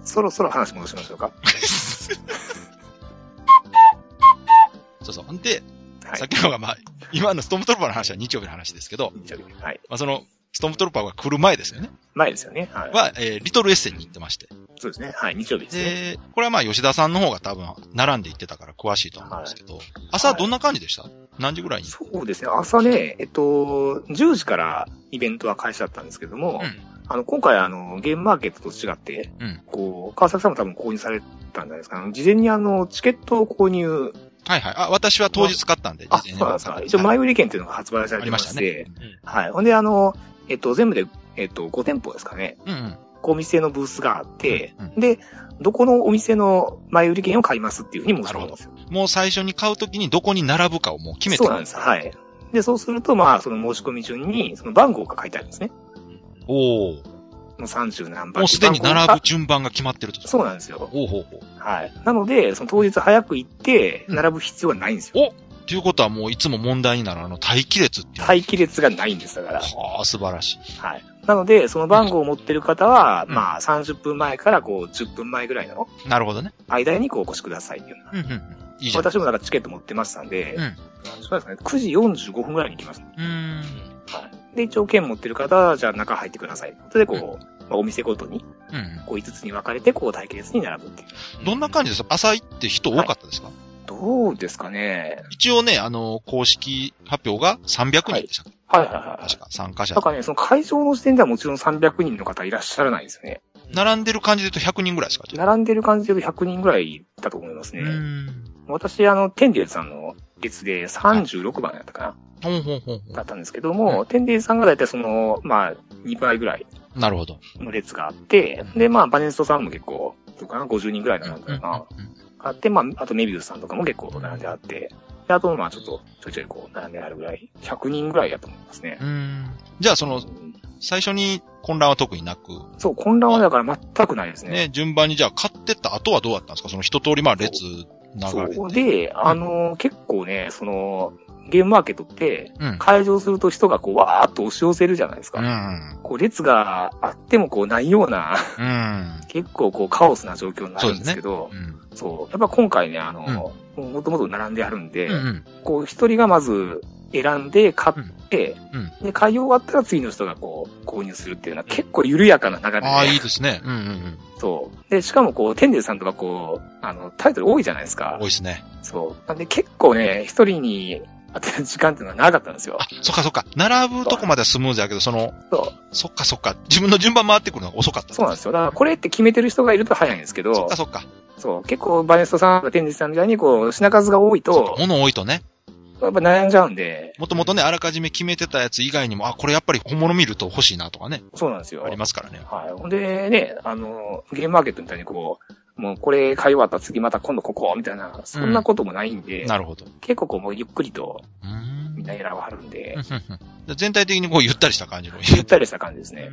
そろそろ話戻しましょうか。 そうそう。ほんで、はい。さっきのがまあ、今のストームトルーパーの話は日曜日の話ですけど、日曜日はい。まあ、その、ストームトルーパーが来る前ですよね。前ですよね。はい。は、えー、リトルエッセンに行ってまして。そうですね。はい。日曜日ですね。で、これはまあ、吉田さんの方が多分、並んで行ってたから詳しいと思うんですけど、朝どんな感じでした何時ぐらいにそうですね。朝ね、えっと、10時からイベントは開始だったんですけども、うんあの、今回あの、ゲームマーケットと違って、うんこう、川崎さんも多分購入されたんじゃないですか。あの事前にあの、チケットを購入、はいはい。あ、私は当日買ったんで、あ、そ事前うなんでに買っすたんか。で。一応はい前売り券っていうのが発売さあれてりままししたて、ね。はい。ほんで、あの、えっと、全部で、えっと、5店舗ですかね。うんうん。こうお店のブースがあって、うんで、どこのお店の前売り券を買いますっていうふうに申し込むんですよ。もう最初に買うときにどこに並ぶかをもう決めてそうなんです。はい。で、そうすると、まあ、その申し込み順に、その番号が書いてあるんですね。おーの30何番もうすでに並ぶあ順番が決まってると。そうなんですよ。おうほうほう。はい。なので、その当日早く行って、うん並ぶ必要はないんですよ。ということはもういつも問題になるあの待機列っていう。待機列がないんですだから。はあ、素晴らしい。はい。なので、その番号を持ってる方は、うんまあ、30分前からこう、10分前ぐらいのなるほどね。間にこう、お越しくださいっていうようなうんうんうん。いいじゃん。私もなんかチケット持ってましたんで、うんそうですね、9時45分ぐらいに行きます。うーん。はい。で、一応券持ってる方は、じゃあ中入ってください。それでこう、まあ、お店ごとに、うんうこう5つに分かれて、こう待機列に並ぶっていう。ん。どんな感じですか朝行って人多かったですか、どうですかね一応ね、あの、公式発表が300人でしたっけ、はいはいはい。確か、参加者だ。からね、その会場の時点ではもちろん300人の方いらっしゃらないですよね。並んでる感じで言うと100人ぐらいですか並んでる感じで100人ぐらいだと思いますね。うーん。私、あの、天竜さんの列で36番だったかな、ほんほんほんほだったんですけども、天竜さんがだいたいその、まあ、2倍ぐらいん。なるほど。の列があって、で、まあ、バネストさんも結構、どうかな、50人ぐらいのなんだろうな、うんうんうんあって、まあ、あとメビウスさんとかも結構並んであって、で、あと、まあ、ちょっと、ちょいちょいこう、並んであるぐらい、100人ぐらいだと思いますねう。ーん。じゃあ、その、最初に混乱は特になく、そう、混乱はだから全くないですね。ね、順番にじゃあ買ってった後はどうだったんですかその一通りまあ列流れて。そう。で、あの、結構ね、その、ゲームマーケットって、うん。会場すると人がこう、わーっと押し寄せるじゃないですか。うん。こう、列があってもこう、ないような、 うん。結構こう、カオスな状況になるんですけど、うん。そう。やっぱ今回ね、あの、もともと並んであるんで、うん。こう、一人がまず選んで、買って、うんうんで、買い終わったら次の人がこう、購入するっていうのは結構緩やかな流れで、ああ、いいですね。うんうんうん。そう。で、しかもこう、天竜さんとかこう、あの、タイトル多いじゃないですか多い。ですね。そう。なんで結構ね、一人に当てる時間っていうのは長かったんですよあ。、そっかそっか。並ぶとこまではスムーズやけど、その、そそっかそっか。自分の順番回ってくるのが遅かった。う。そうなんですよ。だからこれって決めてる人がいると早いんですけそっどか、そっか。そう。結構バネストさんとか天竜さんみたいにこう、品数が多いと、物多いとね。やっぱ悩んじゃうんで、もともとね、あらかじめ決めてたやつ以外にも、あ、これやっぱり本物見ると欲しいなとかね。そうなんですよ。ありますからね。はい。ほんでね、あの、ゲームマーケットみたいにこう、もうこれ買い終わったら次また今度ここみたいな、そんなこともないんで、なるほど。う結構こうもうゆっくりとーん。みんな選ばはるんでうんう、んうん全体的にこうゆったりした感じの。ゆったりした感じですね。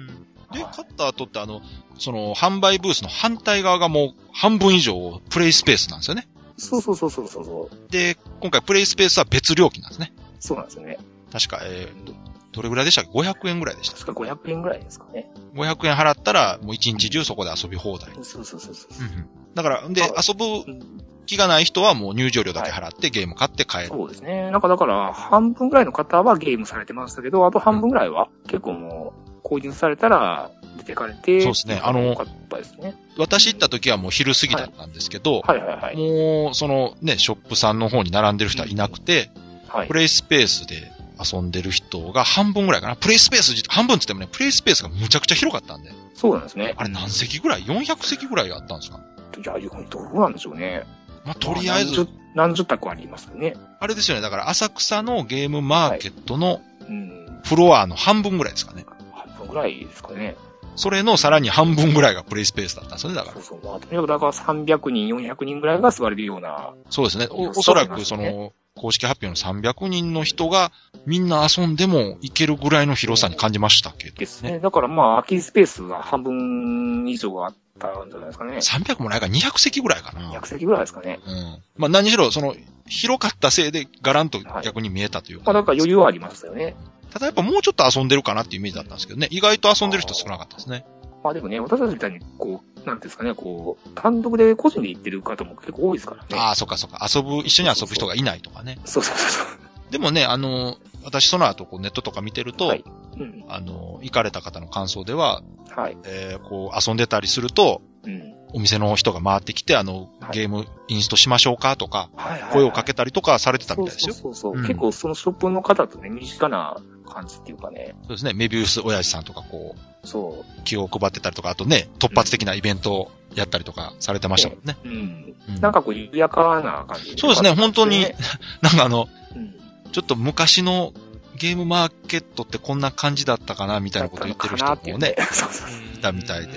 で、勝った後ってあの、その、販売ブースの反対側がもう半分以上プレイスペースなんですよね。そうそうそうそうそうそう。で、今回プレイスペースは別料金なんですね。そうなんですよね。確か、えーど、どれぐらいでしたっけ ?500 円ぐらいでした。確か500円ぐらいですかね。 500円払ったら、もう1日中そこで遊び放題。そうそうそうそう。だから、で、あ遊ぶうん気がない人はもう入場料だけ払ってゲーム買って帰る。そうですね。なんかだから、半分ぐらいの方はゲームされてましたけど、あと半分ぐらいは結構もう、購入されたら出てかれて、そうですねあのよかったですね。私行った時はもう昼過ぎだったんですけど、はいはいはい。もう、そのね、ショップさんの方に並んでる人はいなくて、はいプ。レイスペースで遊んでる人が半分ぐらいかな。プレイスペース自、半分って言ってもね、プレイスペースがむちゃくちゃ広かったんで。そうなんですね。あれ何席ぐらい ?400 席ぐらいあったんですかいや、どうなんでしょうね。まあ、とりあえまず何、十。何十択ありますよね。あれですよね。だから浅草のゲームマーケットのうん。フロアの半分ぐらいですかね。半分ぐらいですかね。それのさらに半分ぐらいがプレイスペースだったんですよね。だかそらう。そう。まあ、とにかくだから300人、400人ぐらいが座れるような。そうですね。おおそうそそうらくその、公式発表の300人の人がみんな遊んでもいけるぐらいの広さに感じましたけどですね。ね。だからまあ、空きスペースが半分以上はあったんじゃないですかね。 300もないから200席ぐらいかな。 100席ぐらいですかね。うん。まあ何しろ、その、広かったせいで、ガランと逆に見えたというまか、あ、だから余裕はありましたよね。ただやっぱもうちょっと遊んでるかなっていうイメージだったんですけどね。意外と遊んでる人少なかったですね。まあでもね、私たちみたいに、こう、なんていうんですかね、こう、単独で個人で行ってる方も結構多いですからね。ああ、そっかそっか。遊ぶ、一緒に遊ぶ人がいないとかね。そうそうそうでもね、あの、私その後こうネットとか見てると、はいそう。うん。あの、行かれた方の感想では、はい。えー、こう遊んでたりすると、うん。お店の人が回ってきて、あの、はいゲームインストしましょうかとか、はいはい、はい。声をかけたりとかされてたみたいですよ。そうそうそうそう、うん結構そのショップの方とね、身近な感じっていうかね。そうですね。メビウス親父さんとかこ、そう気を配ってたりとか、あとね、突発的なイベントをやったりとかされてましたもんね。う。うん。うんなんかこう、緩やかな感じ。そうですね、本当に、 なんかあの、うん。ちょっと昔のゲームマーケットってこんな感じだったかな、みたいなこと言ってる人もね、。そうそうそう。いたみたいで。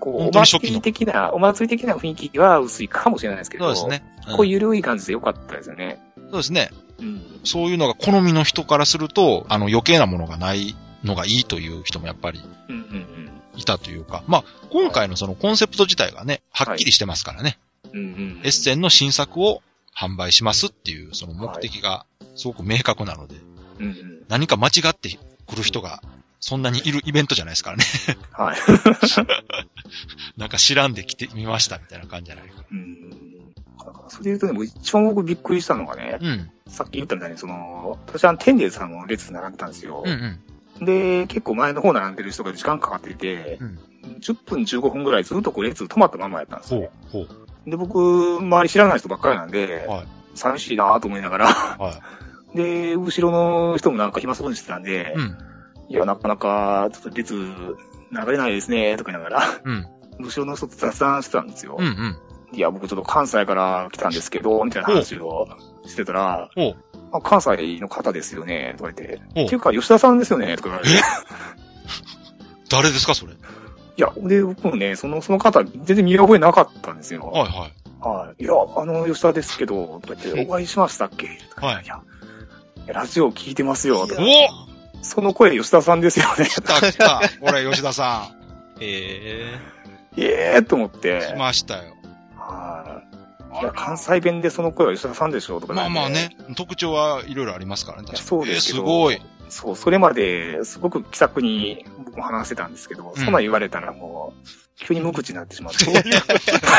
こう、本お当に初期祭のり的な、お祭り的な雰囲気は薄いかもしれないですけそうど。です。ね。うんこう、緩い感じで良かったですよね。そうですね。うん。そういうのが好みの人からすると、あの、余計なものがないのがいいという人もやっぱりうんうんいたというか、まあ、今回のそのコンセプト自体がね、はっきりしてますからね。うん。うんうん。エッセンの新作を販売しますっていう、その目的がすごく明確なので、うんうん。何か間違ってくる人がそんなにいるイベントじゃないですからね。はい。 なんか知らんで来てみましたみたいな感じじゃないか。うん。だからそれで言うとね、僕一番僕びっくりしたのがね、うん。さっき言ったみたいに、その、私は天竜さんの列並んでたんですようんう。ん。で、結構前の方並んでる人が時間かかっていて、うん10分15分ぐらいずっとこう列止まったままやったんですほよねう。、ほう。で、僕、周り知らない人ばっかりなんで、はい寂しいなぁと思いながら、 はで、後ろの人もなんか暇そうにしてたんでい。、うん。いや、なかなか、ちょっと列、流れないですね、とか言いながら、うん。後ろの人と雑談してたんですよ。うんうん。いや、僕ちょっと関西から来たんですけど、みたいな話をしてたら、ほう。あ関西の方ですよね、とか言って、ほうっていうか、吉田さんですよね、とか言われて、誰ですか、それ。はいや、で、僕もね、その、その方、全然見覚えなかったんですよ。いはい。はい。いや、あの、吉田ですけど、とか言って、お会いしましたっけとかはいいや、いやラジオ聞いてますよ、とかおその声吉田さんですよね。 来た来た。これ、吉田さえええーと思っん。て。来ましたよ。はい。いや、関西弁でその声は吉田さんでしょ、とか、まあまあ。ね、特徴はいろいろありますからね、確かに。そうですえーけすどごい。そう、それまですごく気さくに僕も話してたんですけど、そんなん言われたらもう、急に無口になってしまって。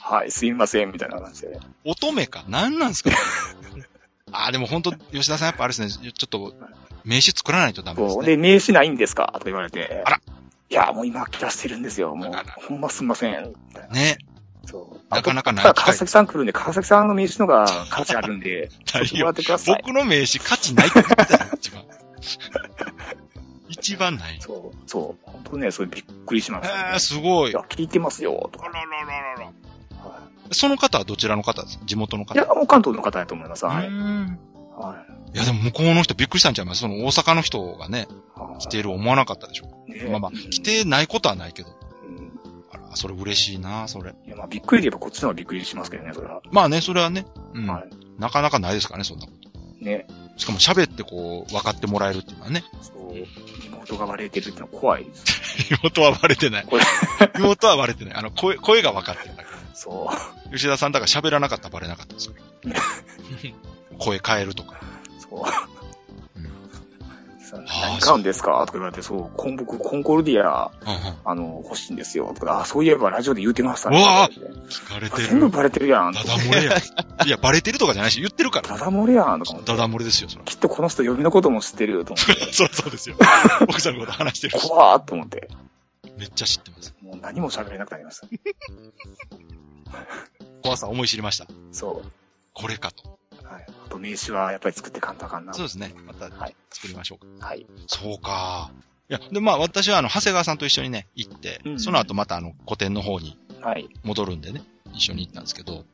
はい、すみません、みたいな感じで。 乙女か何なんですか ああ、でも本当吉田さんやっぱあれですね、ちょっと、名刺作らないとダメですそう。ね。で、名刺ないんですかとか言われて。あら。いや、もう今、出してるんですよ。もあららう、ほんますんません。みたいなね。そう。なかなかあとないただ川崎さん来るんで、川崎さんの名刺のが価値あるん で、ちょっともらってください。僕の名刺価値ないって言ったよ、 一番。一番ない。そう、そう。本当ね、それびっくりしました、ね。えー、すごいい。や、あ聞いてますよ、とらか。らららら。はその方はどちらの方ですか地元の方い、いや、もう関東の方やと思います。うはい。ーんはいや、でも向こうの人びっくりしたんちゃいますその大阪の人がね、いはい。来ている思わなかったでしょね、まあまあ、うん来、てないことはないけど。うんあら、それ嬉しいな、それ。いや、まあ、びっくりで言えばこっちの方がびっくりしますけどね、それは。まあね、それはね。うん。はなかなかないですからね、そんなことね。しかも喋ってこう、分かってもらえるっていうのは ね。そう。妹がバレてるってのは怖いです。妹はバレてないこれ。妹はバレてない。あの、声、声が分かってるだそけ。吉田さんだから喋らなかったらバレなかったです よ。声変えるとか。う。そう。うんさあ何買うんですかとか言われて、そう、今僕、コンコルディア、うんうん。あの、欲しいんですよ。とか、あ、そういえばラジオで言うてましたね。うわとか言って聞かれて全部る。バレてるやん。ダダ漏れやん。いや、バレてるとかじゃないし、言ってるから。ダダ漏れやん。とか思ってダダ漏れですよ、それは。きっとこの人嫁のことも知ってると思って、 そうそうですよ。 奥さんのこと話してるし。怖ーっと思って、めっちゃ知ってます。もう何も喋れなくなりました。怖さ思い知りました。そう。これかと。はい。あと名刺はやっぱり作ってかんとあかんな。そうですね。またはい作りましょうか。はい。そうか。いや、で、まあ私はあの、長谷川さんと一緒にね、行ってう、んその後またあの、個展の方にはい。戻るんでね、一緒に行ったんですけど、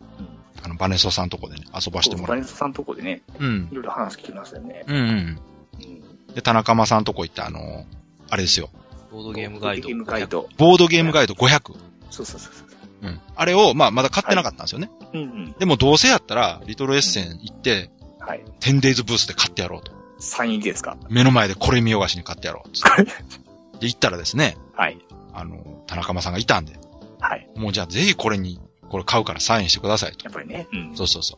あの、バネソさんとこでね、遊ばしてもバらう。レンスさんのとこでね、うんい。ろいろ話聞きましたよね。うんうん。うん。で、田中間さんとこ行った、あのーあれですよ、ー、ボードゲームガイド。ゲームガイド。ボードゲームガイド500。そうそうそうそう。うん。あれを、まあ、まだ買ってなかったんですよね。うんうん。でも、どうせやったら、リトルエッセン行って、はい。 10days ブースで買ってやろうと。サイン入りですか目の前でこれ見よがしに買ってやろうっつ って。で、行ったらですね、はい。あの、田中間さんがいたんで、はい。もうじゃあぜひこれに、これ買うからサインしてくださいと。やっぱりね。うん。そうそうそ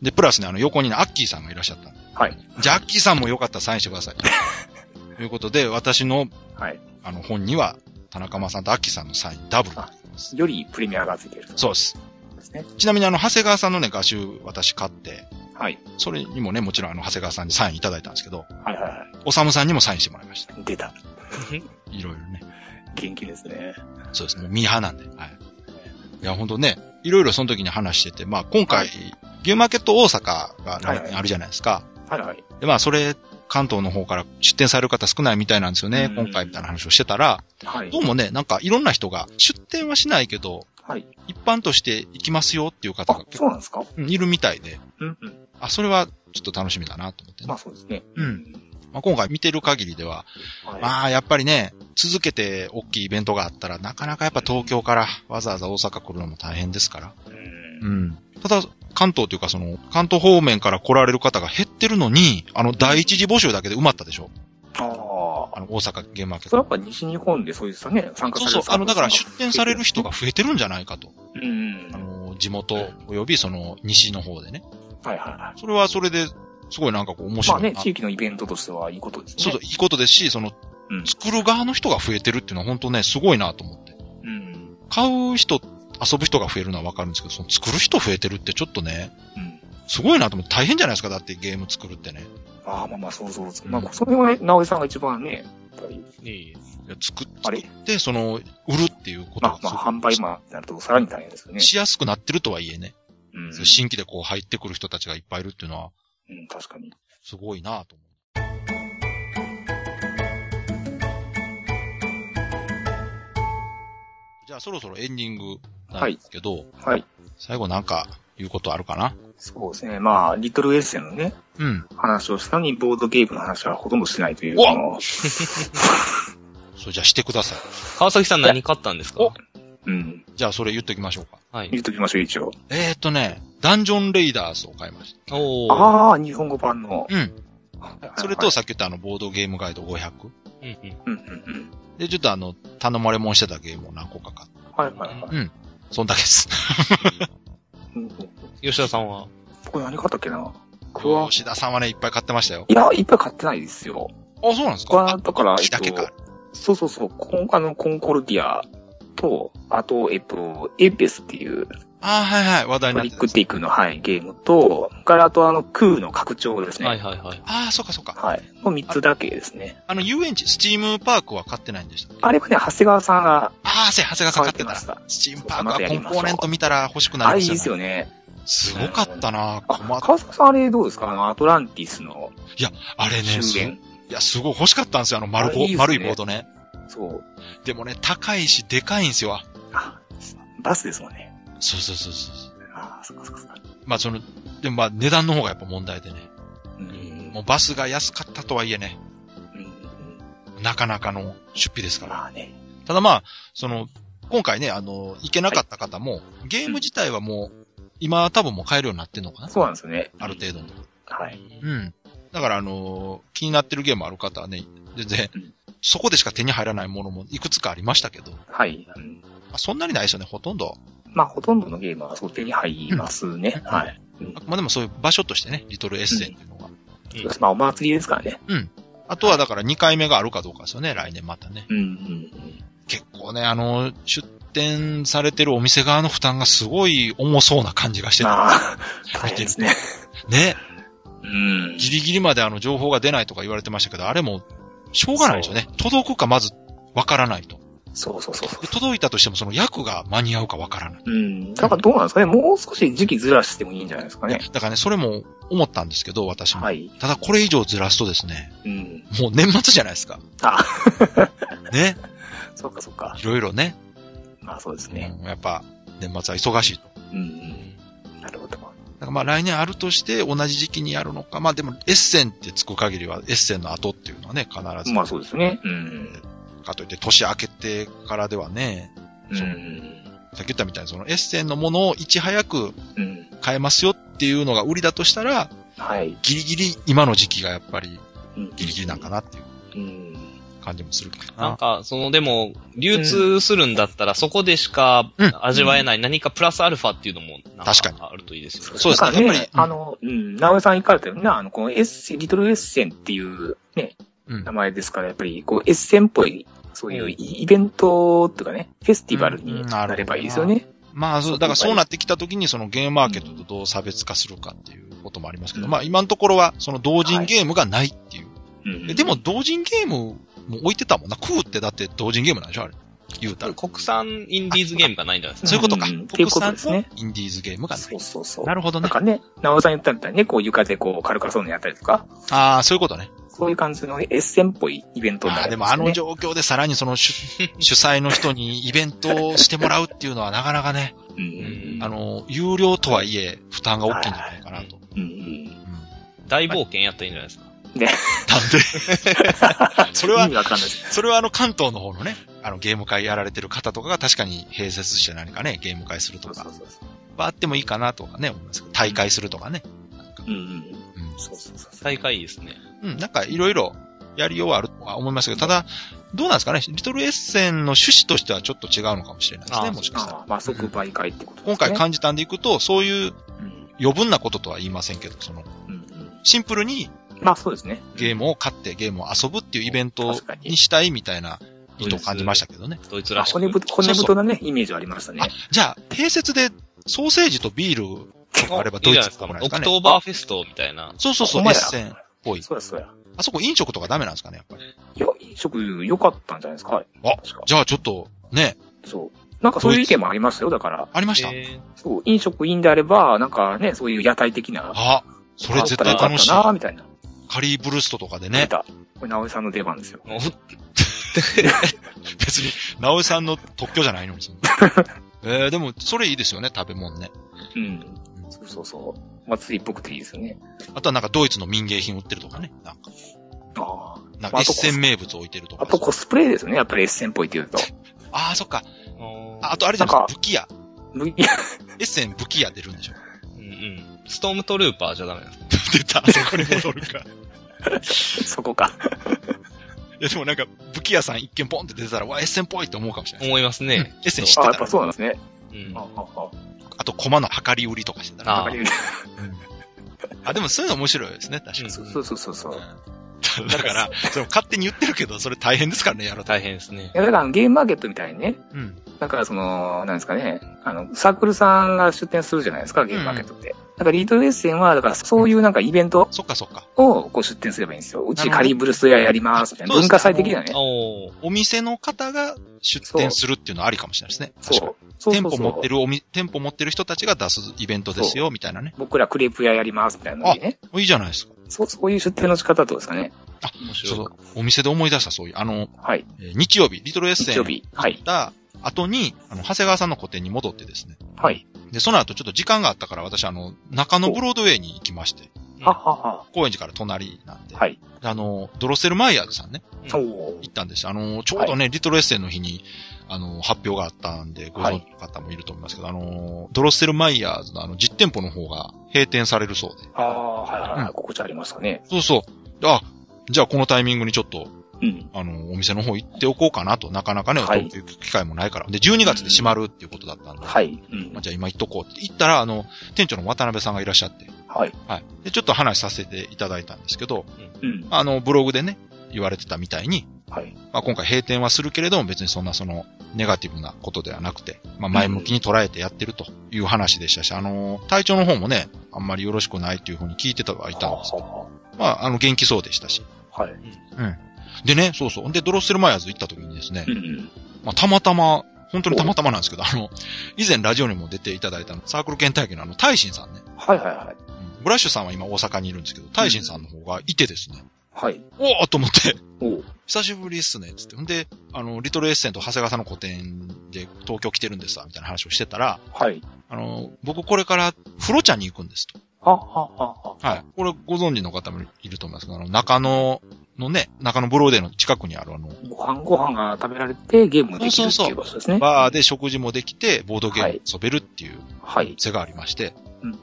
う。で、プラスね、あの、横にね、アッキーさんがいらっしゃったんではい。じゃあ、アッキーさんもよかったらサインしてください。ということで、私の、はい。あの、本には、田中間さんとアッキーさんのサインダブル。よりプレミアがついてる。そうです。うですね。ちなみに、あの、長谷川さんのね、画集、私買って、はい。それにもね、もちろん、あの、長谷川さんにサインいただいたんですけど、はいはいはおさむさんにもサインしてもらいました。い。出た。いろいろね。元気ですね。そうです。もうミーハーなんで。はい。いや、ほんとね、いろいろその時に話してて、まあ、今回、牛マーケット大阪がはいはいあるじゃないですか。はいはい。で、まあ、それ、関東の方から出店される方少ないみたいなんですよね、うん今回みたいな話をしてたら、はいど。うもね、なんかいろんな人が出店はしないけど、はい。一般として行きますよっていう方あが、結そう構なんですかうんいるみたいで、うんうん。あ、それはちょっと楽しみだなと思ってね、まあそうですね。うん。まあ、今回見てる限りでは、はい。まあやっぱりね、続けて大きいイベントがあったら、なかなかやっぱ東京からわざわざ大阪来るのも大変ですから。うんうん。ただ、関東というかその、関東方面から来られる方が減ってるのに、あの、第一次募集だけで埋まったでしょ。あの、大阪ゲームマーケッそれはト。やっぱ西日本でそういうさね、参加さそうれるそう、あの、だからサー出クルさん店される人が。増えてるんじゃないかと。うんうん。あはいの、地元及びその西の方でね。はいはい。それはそれで、すごいなんかこう面ま白あいな。ね、地域のイベントとしてはいいことですね。そうそう、いいことですし、その、うん作る側の人が増えてるっていうのは本当ね、すごいなと思って。うん。買う人、遊ぶ人が増えるのはわかるんですけど、その作る人増えてるってちょっとね、うん。すごいなと思って大変じゃないですか、だってゲーム作るってね。まあまあまあ、そうそうそう。まあ、それはね、直江さんが一番ね、やっぱり、いえいえいや作っあ作れって、その、売るっていうこまとあが、まあ、販売マンになるとさらに大変ですよね。しやすくなってるとはいえね、うん。新規でこう入ってくる人たちがいっぱいいるっていうのは、うん、確かに。すごいなと思う。じゃあそろそろエンディングなんですけど、はい。最後なんか言うことあるかなそうですね。まあ、リトルエッセンのね、うん。話をしたのに、ボードゲームの話はほとんどしないというう。わあのそれじゃあしてください。川崎さん何買ったんですかおうん。じゃあそれ言っときましょうか。はい言。っときましょう、一応。えーっとね、ダンジョンレイダーズを買いましおー。ああ、日本語版の。た。うん。はいそれと、さっき言ったあのボードゲームガイド500。うんうん。うんうんうん。で、ちょっとあの、頼まれもんしてたゲームを何個か買って。はいはいはい。そんだけです。うん吉田さんは僕何買ったっけなクワ 吉田さんはね、いっぱい買ってましたよ。いや、いっぱい買ってないですよ。あ、そうなんです僕かは、だから、えっ木だけとか。、そうそうそう、コンあのコンコルディアと、あと、えっと、エンペスっていう、あーはいはい、話題にトリなってッたクテイクの、はい、ゲームと、から、あと、あの、空の拡張ですね。ははいい。はいはい。ああ、そうかそうか。の3つだけですね。あの、遊園地、スチームパークは買ってないんでしたっけあれはね、長谷川さんがああ、せ、長谷川さ買ん買っっててまたし。た。スチームパークはコンポーネント見たら欲しくなありまれいしいたですよね。すごかったなあ、困っ川崎さんあれどうですかあの、アトランティスのあれね、周す辺。いや、すごい欲しかったんですよ、あの丸あいいご、ですね丸いボードね。そう。でもね、高いし、でかいんですよ。ああ、バスですもんね。そうそうそうそう。ああ、そっかそっかそっか。まあ、その、でもまあ、値段の方がやっぱ問題でね。うんうんもうバスが安かったとはいえね、うん。なかなかの出費ですから。まあね。ただまあ、その、今回ね、あの、行けなかった方も、ゲーム自体はもう、今多分もう買えるようになってんのかなそうなんですよね。ある程度の。はい。うん。だから、あのー気になってるゲームある方はね、全然うん、そこでしか手に入らないものもいくつかありましたけど、まはい。うんあ、そんなにないですよね、ほとんど。まあ、ほとんどのゲームはそう手に入りますね。うんはい。あくまでもそういう場所としてね、リトルエッセンっていうのが。まあ、お祭りですからね。あとはだから2回目があるかどうかですよね、来年またね。うんうん結構ね、あのー出店されてるお店側の負担がすごい重そうな感じがしうてん。た。まあ、大変ですね。ね。うん。ギリギリまであの情報が出ないとか言われてましたけど、あれも、しょうがないでしょうね。届くかまず、わからないと。そうそうそうそで届いたとしてもその役が間に合うかわからない。う。うん。だからどうなんですかね。もう少し時期ずらしてもいいんじゃないですかね。だからね、それも思ったんですけど、私も。はい。ただこれ以上ずらすとですね、うん。もう年末じゃないですか。あ、 ね。そっかそっか。いろいろね。まあ、そうですうんね。やっぱ、年末は忙しいと。うんうん。なるほど。だからまあ来年あるとして同じ時期にやるのか。まあでもエッセンってつく限りはエッセンの後っていうのはね、必ず。まあ、そうですね。うん。かといって年明けてからではね、う。そうんさっき言ったみたいにそのエッセンのものをいち早くうん。変えますよっていうのが売りだとしたら、はい。ギリギリ今の時期がやっぱりギギリギリなんかなっていううん。感じもするかなんな。か、その、でも、流通するんだったら、そこでしかうん味わえない何かプラスアルファっていうのも、なん確かにあるといいですよね。そうですねだからやっね、ぱりあの、うん、直江さん行かれたような、あの、このエッセン、リトルエッセンっていうね、うん名前ですから、やっぱり、こう、エッセンっぽい、そういうイベントとかね、フェスティバルになればいいですよね。まあ、そうだからそうなってきた時にそのゲームマーケットとどう差別化するかっていうこともありますけど、うんまあ今のところはその同人ゲームがないっていう。うんででも、同人ゲームも置いてたもんな。クーってだって同人ゲームなんでしょあれ。言うたら。国産インディーズゲームがないんじゃないですか。そういうことか。うんってい国うこと産ですのねインディーズゲームがなそ。いうそうそう。なるほどなんね。かね、直江さん言ったみたいにね、こう、床でこう、軽くそうのやったりとか、ああ、そういうことね。そういう感じのエッセンっぽいイベントにあなあ、れでばいもあいのですよね。状況でさらにその主主催の人にイベントをしてもらうっていうのはなかなかね。うんあの、有料とはいえ、負担が大きいんじゃないかなと。うんうん。うん大冒険やったらいいんじゃないですか。なんで、それは意味わかんないです。それはあの関東の方のね、あのゲーム会やられてる方とかが確かに併設して何かね、ゲーム会するそとうそかう、そうそう。はあってもいいかなとかね、思いますけど、大会するとかね。なんかうんうん。うそうそうそうそう。大会いいですね。んうん、なんかいろいろやりようはあるとは思いましたけど、ただ、どうなんですかね、リトルエッセンの趣旨としてはちょっと違うのかもしれないですね、あもしかしたら。ああまあ、即媒介ってことで今すね。回感じたんでいくと、そういううん余分なこととは言いませんけど、その、うんうんシンプルにまあ、そうですね。ゲームを買ってゲームを遊ぶっていうイベント確かににしたいみたいな意図を感じましたけどね。ドイツまあらしく。骨ぶ骨太なね、イメージはありましたねあ。、じゃあ、併設でソーセージとビールがあればいドいイじゃないツですとか。オかなんですクかね。トーバーフェストみたいな。そうそうほそう、んエまッやセンっぽい。そうや、そうや。あそこ飲食とかダメなんですかね、やっぱり。いや、飲食良かったんじゃないですか。はいあ確かじゃあちょっと、ね、そう。なんかそういう意見もありましたよ、だから。ありました。へーそう、飲食いいんであれば、なんかね、そういう屋台的な。あ、それ絶対あったら楽よしいかっ。たな、みたいな。カリーブルストとかで出ね、た。これ、直江さんの出番ですよ。もう別に、直江さんの特許じゃ ないのに。えー、でも、それいいですよね、食べ物ね。うん。そうそうそう。祭りっぽくていいですよね。あとはなんかドイツの民芸品売ってるとかね。なんか、あなんまかああエッとセン名物置いてるとあ。あか。とコスプレですよね。やっぱりエッセンっぽいって言う と。ああ、そっか。あああとあれじゃないなんですか、武器屋。むいやエッセン武器屋出るんで しょ。うんうん。ストームトルーパーじゃダメなんですか 出た、そこに戻るか。そこか。いや、でもなんか、武器屋さん一見ポンって出てたら、わ、エッセンっぽいって思うかもしれない。思いますね。エッセン知ってあ、やたっぱら、そうなんですね。うんああ。ああと、駒の量り売りとかしてたら。あああ、でもそういうの面白いですね、確かに。そうそうそうそうそう。いうん だから、それ勝手に言ってるけど、それ大変ですからね、やろうと。大変ですね。や、だからゲームマーケットみたいにね、うん。だからその、なんですかね、あの、サークルさんが出店するじゃないですか、ゲームマーケットって。だからリートエッセンは、だからそういうなんかイベントそっかそっか。をこう出店すればいいんですよ。うなるちほどカリブルスややりますみたいな。そうで文す化祭的なね。おーお店の方が出店するっていうのはありかもしれないですね。そ確うか。そう店そう舗持ってそう。るおみ、店舗持ってる人たちが出すイベントですよ、みたいなね。僕らクレープ屋やりますみたいなのにね。いいじゃないですか。そう、そういう出店の仕方はどうですかね。面ちょ白っと、お店で思い出した、そういう。あの、はい。えー日曜日、リトルエッセ日ン曜行日。はいっ。た後に、あの、長谷川さんの個展に戻ってですね。はい。で、その後ちょっと時間があったから、私、あの、中野ブロードウェイに行きまして、い。ははは。高円寺から隣なんで、はい。あの、ドロッセルマイヤーズさんね、うおんおー行ったんです。あの、ちょうどね、リトルエッセンの日に、あの、発表があったんで、ご存知の方もいると思いますけど、あの、ドロッセルマイヤーズのあの、実店舗の方が閉店されるそうで。ああ、はいはいはうい。ここじゃありましたね。そうそう。であ、じゃあこのタイミングにちょっと、うん。あの、お店の方行っておこうかなと、なかなかね、はい東京行く機会もないから。で、12月で閉まるっていうことだったんで、はい。うんまあ、。じゃあ今行っとこうって行ったら、あの、店長の渡辺さんがいらっしゃって、はい。はい。で、ちょっと話させていただいたんですけど、うん。あの、ブログでね、言われてたみたいに、はい。まあ、今回閉店はするけれども、別にそんなその、ネガティブなことではなくて、まあ、前向きに捉えてやってるという話でしたし、あの、体調の方もね、あんまりよろしくないというふうに聞いてたはいたんですけど、はまあ、あの、元気そうでしたし。あはあはい。でね、そうそう。で、ドロッセルマイヤーズ行った時にですねう、ん。まあ、たまたま、本当にたまたまなんですけど、あの、以前ラジオにも出ていただいたサークル検体験のあの、大臣さんね、はいはいはい。うんブラッシュさんは今大阪にいるんですけど、大臣さんの方がいてですね、はい。おーと思って、おう久しぶりっすね、つって。ほんで、あの、リトルエッセンと長谷川さんの個展で東京来てるんですわ、みたいな話をしてたら、はい。あの、僕これから、風呂茶に行くんですと。ははははい。これご存知の方もいると思いますけど、あの、中野のね、中野ブローデーの近くにあるあの、ご飯ご飯が食べられてゲームができるっていう場所ですね。バーで食事もできて、ボードゲーム遊べるっていうはい。店がありまして、うん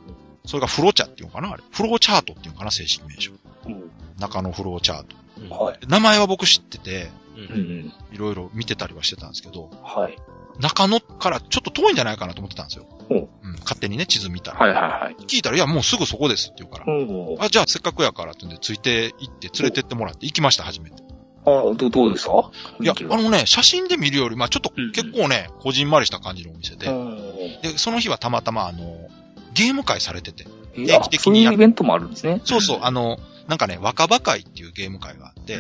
それがフローチャっていうのかなあれ。フローチャートっていうのかな正式名称。うん中野フローチャート。うんはい。名前は僕知ってて、ううんん。いろいろ見てたりはしてたんですけど、はい。中野からちょっと遠いんじゃないかなと思ってたんですよ。おん、勝手にね、地図見たら。はいはいはい。聞いたら、いや、もうすぐそこですって言うから。おあ、じゃあせっかくやからってんで、ついて行って連れてってもらって行きました、初めて。お。あ、どどうですかいや、雰囲気あはのね、写真で見るより、まあちょっとうんうん結構ね、こじんまりした感じのお店で、うんで、その日はたまたまあの、ゲーム会されてて、え定あ期的そうにいやるうイベントもあるんですね。そうそう、あの、なんかね、若葉会っていうゲーム会があって、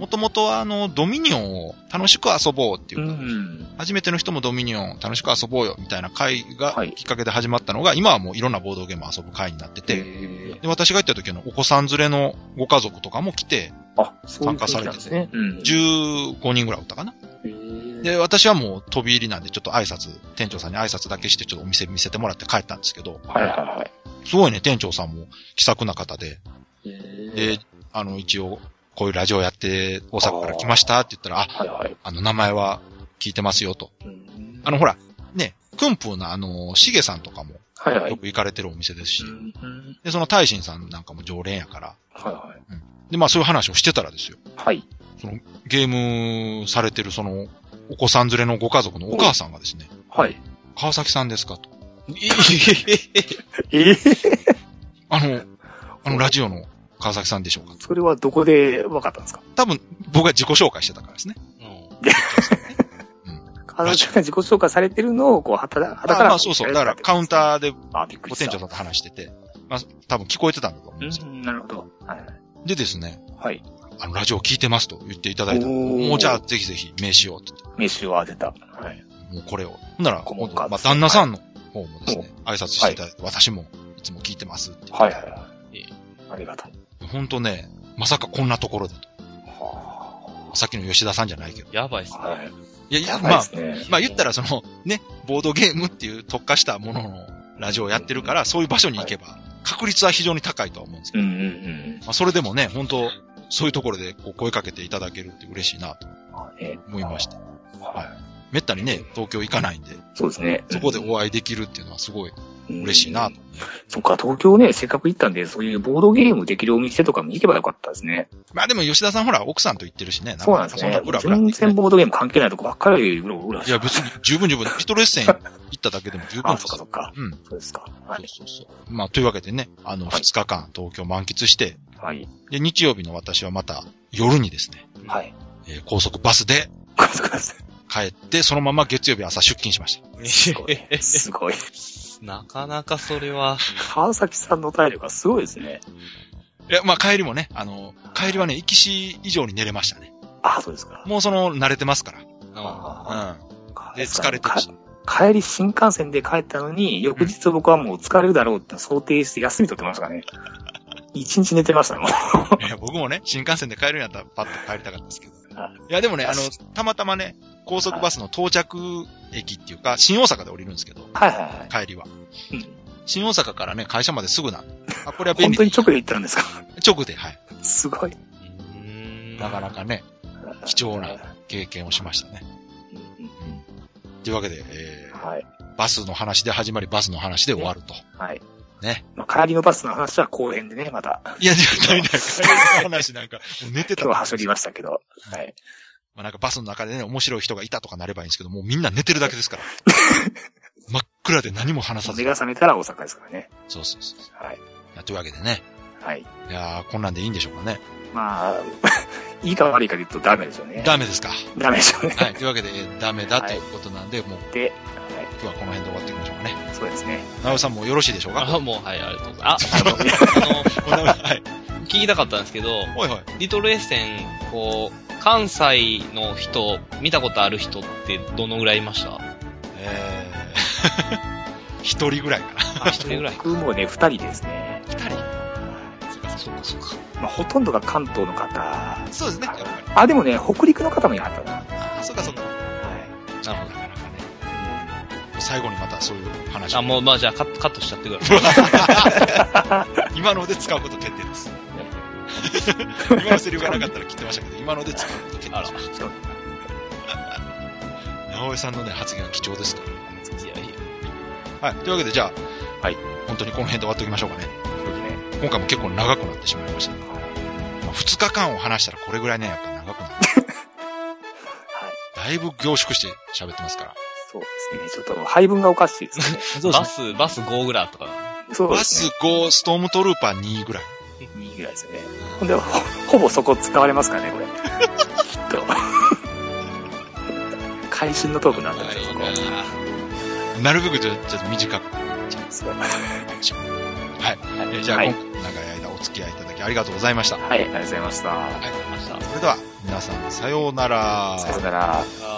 もともとはあの、ドミニオンを楽しく遊ぼうっていううか、ん。初めての人もドミニオンを楽しく遊ぼうよみたいな会がはいきっかけで始まったのが、今はもういろんなボードゲームを遊ぶ会になってて、で、で、私が行った時のお子さん連れのご家族とかも来て、あ、そういう感じなんですね。うん15人ぐらいおったかな。へで、私はもう飛び入りなんで、ちょっと挨拶、店長さんに挨拶だけして、ちょっとお店見せてもらって帰ったんですけどー、はいはいはい。すごいね、店長さんも気さくな方で、えで、あの、一応、こういうラジオやって、大阪から来ましたって言ったら、あ、はいはい。あの、名前は聞いてますよと。うんあの、ほら、ね、クンプーのあの、しげさんとかも、はいはいよ。く行かれてるお店ですしう。んうんで、その大臣さんなんかも常連やから。はいはい。で、まあそういう話をしてたらですよ。はい。ゲームされてるその、お子さん連れのご家族のお母さんがですね、はい。川崎さんですかと。ええあの、あのラジオの川崎さんでしょうかそれはどこで分かったんですか多分、僕が自己紹介してたからですね。川崎さんが自己紹介されてるのを、こう、はただ、はあたから。まあそうそう。だからカウンー。ターであ、びっくりごした。店長さんと話してて、まあ多分聞こえてたんだと思うんですよ。うん、なるほど。はいはい。でですね、はい。あの、ラジオ聞いてますと言っていただいたのおーもうじゃあぜひぜひ名刺をって言って名刺を当てた。はい。もうこれを。ほんなら、顧今問度カードまあ旦那さんの方もですね、挨拶していただいて、私もいつも聞いてますって。はいはいはい。ありがたい。ほんとね、まさかこんなところでと。はさっきの吉田さんじゃないけど。やばいっすあ。ね。はい。いやいや、やばいまであす、ね。まあ言ったらその、ね、ボードゲームっていう特化したもののラジオをやってるから、そういう場所に行けば、確率は非常に高いとは思うんですけうんど、うんうん。まあそれでもね、本当そういうところでこう声かけていただけるって嬉しいなとまあね思いました。はめったにね、東京行かないんで、い。そうですね。そこでお会いできるっていうのはすごいうん嬉しいなと。そっか、東京ね、せっかく行ったんで、そういうボードゲームできるお店とかも行けばよかったですね。まあでも吉田さんほら、奥さんと行ってるしね、そうなんですそんなねブラ。ブラ全ってね、然ボードゲーム関係ないとこばっかりうろうろしいてや別に十分十分、ピトレッセン行っただけでも十分あ、でそすっかそっか。うん。そうですか。はそ。いうそうそう。まあ、というわけでね、あの、はい2日間東京満喫して、はい。で、日曜日の私はまた夜にですね、はい。えー高速バスでごめんなさ い帰って、そのまま月曜日朝出勤しました。すごい。すごい。 なかなかそれは、川崎さんの体力がすごいですね。いや、まあ、帰りもね、あの、帰りはね、行きし以上に寝れましたね。あ、そうですか。もうその、慣れてますかあら。うん。あで、疲れてるかし。帰り新幹線で帰ったのに、翌日僕はもう疲れるだろうって想定して休み取ってましたからね。一日寝てましたね、もう。いや僕もね、新幹線で帰るんやったらパッと帰りたかったですけど。はいや、でもね、あの、たまたまね、高速バスの到着駅っていうか、新大阪で降りるんですけど、はいはいはい。帰りは。うん新大阪からね、会社まですぐなんで。あ、これは便本利当。に直で行ったんですか 直で、はい。すごい。あ。うーんなかなかね、貴重な経験をしましたね。うんというわけで、えはい。ー、バスの話で始まり、バスの話で終わると。はい。ね。まあ、帰りのバスの話は後編でね、また。いや、じゃないない。帰りの話なんか、もう寝てた。今日はまはしょりましたけど。はい。あ、なんかバスの中でね、面白い人がいたとかなればいいんですけど、もうみんな寝てるだけ ですから。真っ暗で何も話さず目。が覚めたら大阪ですからね。そうそうそうそはい。ういや。というわけでね。はい。いやー、こんなんでいいんでしょうかね。まあ、 いいか悪いかで言うとダメですよね。ダメ ですか。ダメでしょうね。はい。というわけで、えーダメだということなんで、もうで、今日はこの辺で終わっていきましょうかね。はい。そうですね。なおさんもよろしいでしょうかあ、もう、はい、ありがとうございます。あ、あの、あはい。 はい。の聞きたかったんですけど、はいはい。リトルエッセン、こう、関西の人、見たことある人ってどのぐらいいましたえ ー、一人ぐらいかな。あ、一人ぐらい。僕もね、二人ですね。二人そっかそっかそっか。まあ、ほとんどが関東の方。そうですね、やっぱり。あ、でもね、北陸の方もいはったな。ああ、そうかそうか。はなるほど。なかなかね。最後にまたそういう話をあ、もう、まあじゃあカットカットしちゃってください。今ので使うこと決定です。今のセリフがなかったら切ってましたけど、今ので使うこと決定しました。直江さんのね、発言は貴重ですかいやいやら。はい。というわけで、じゃあ、はい。本当にこの辺で終わっておきましょうかね。い。そうですね。今回も結構長くなってしまいました。まあ、2日間を話したらこれぐらいね、やっぱ長くなる。はい。だいぶ凝縮して喋ってますから。そうですね。ちょっと配分がおかしいですね。バス、バス5ぐらいとか。そうでバすスね。 5、ストームトルーパー2ぐらい。いいぐらいですよね。ほんで、ほほぼそこ使われますからね、これ。きっと。会心のトークになったんですよ、ここ。なるべくちょちょっと短く。そうはい。えーじゃあ、はい今回長い間お付き合いいただきありがとうございました。はい、ありがとうございました。ましたそれでは、皆さん、さようなら。さようなら。あー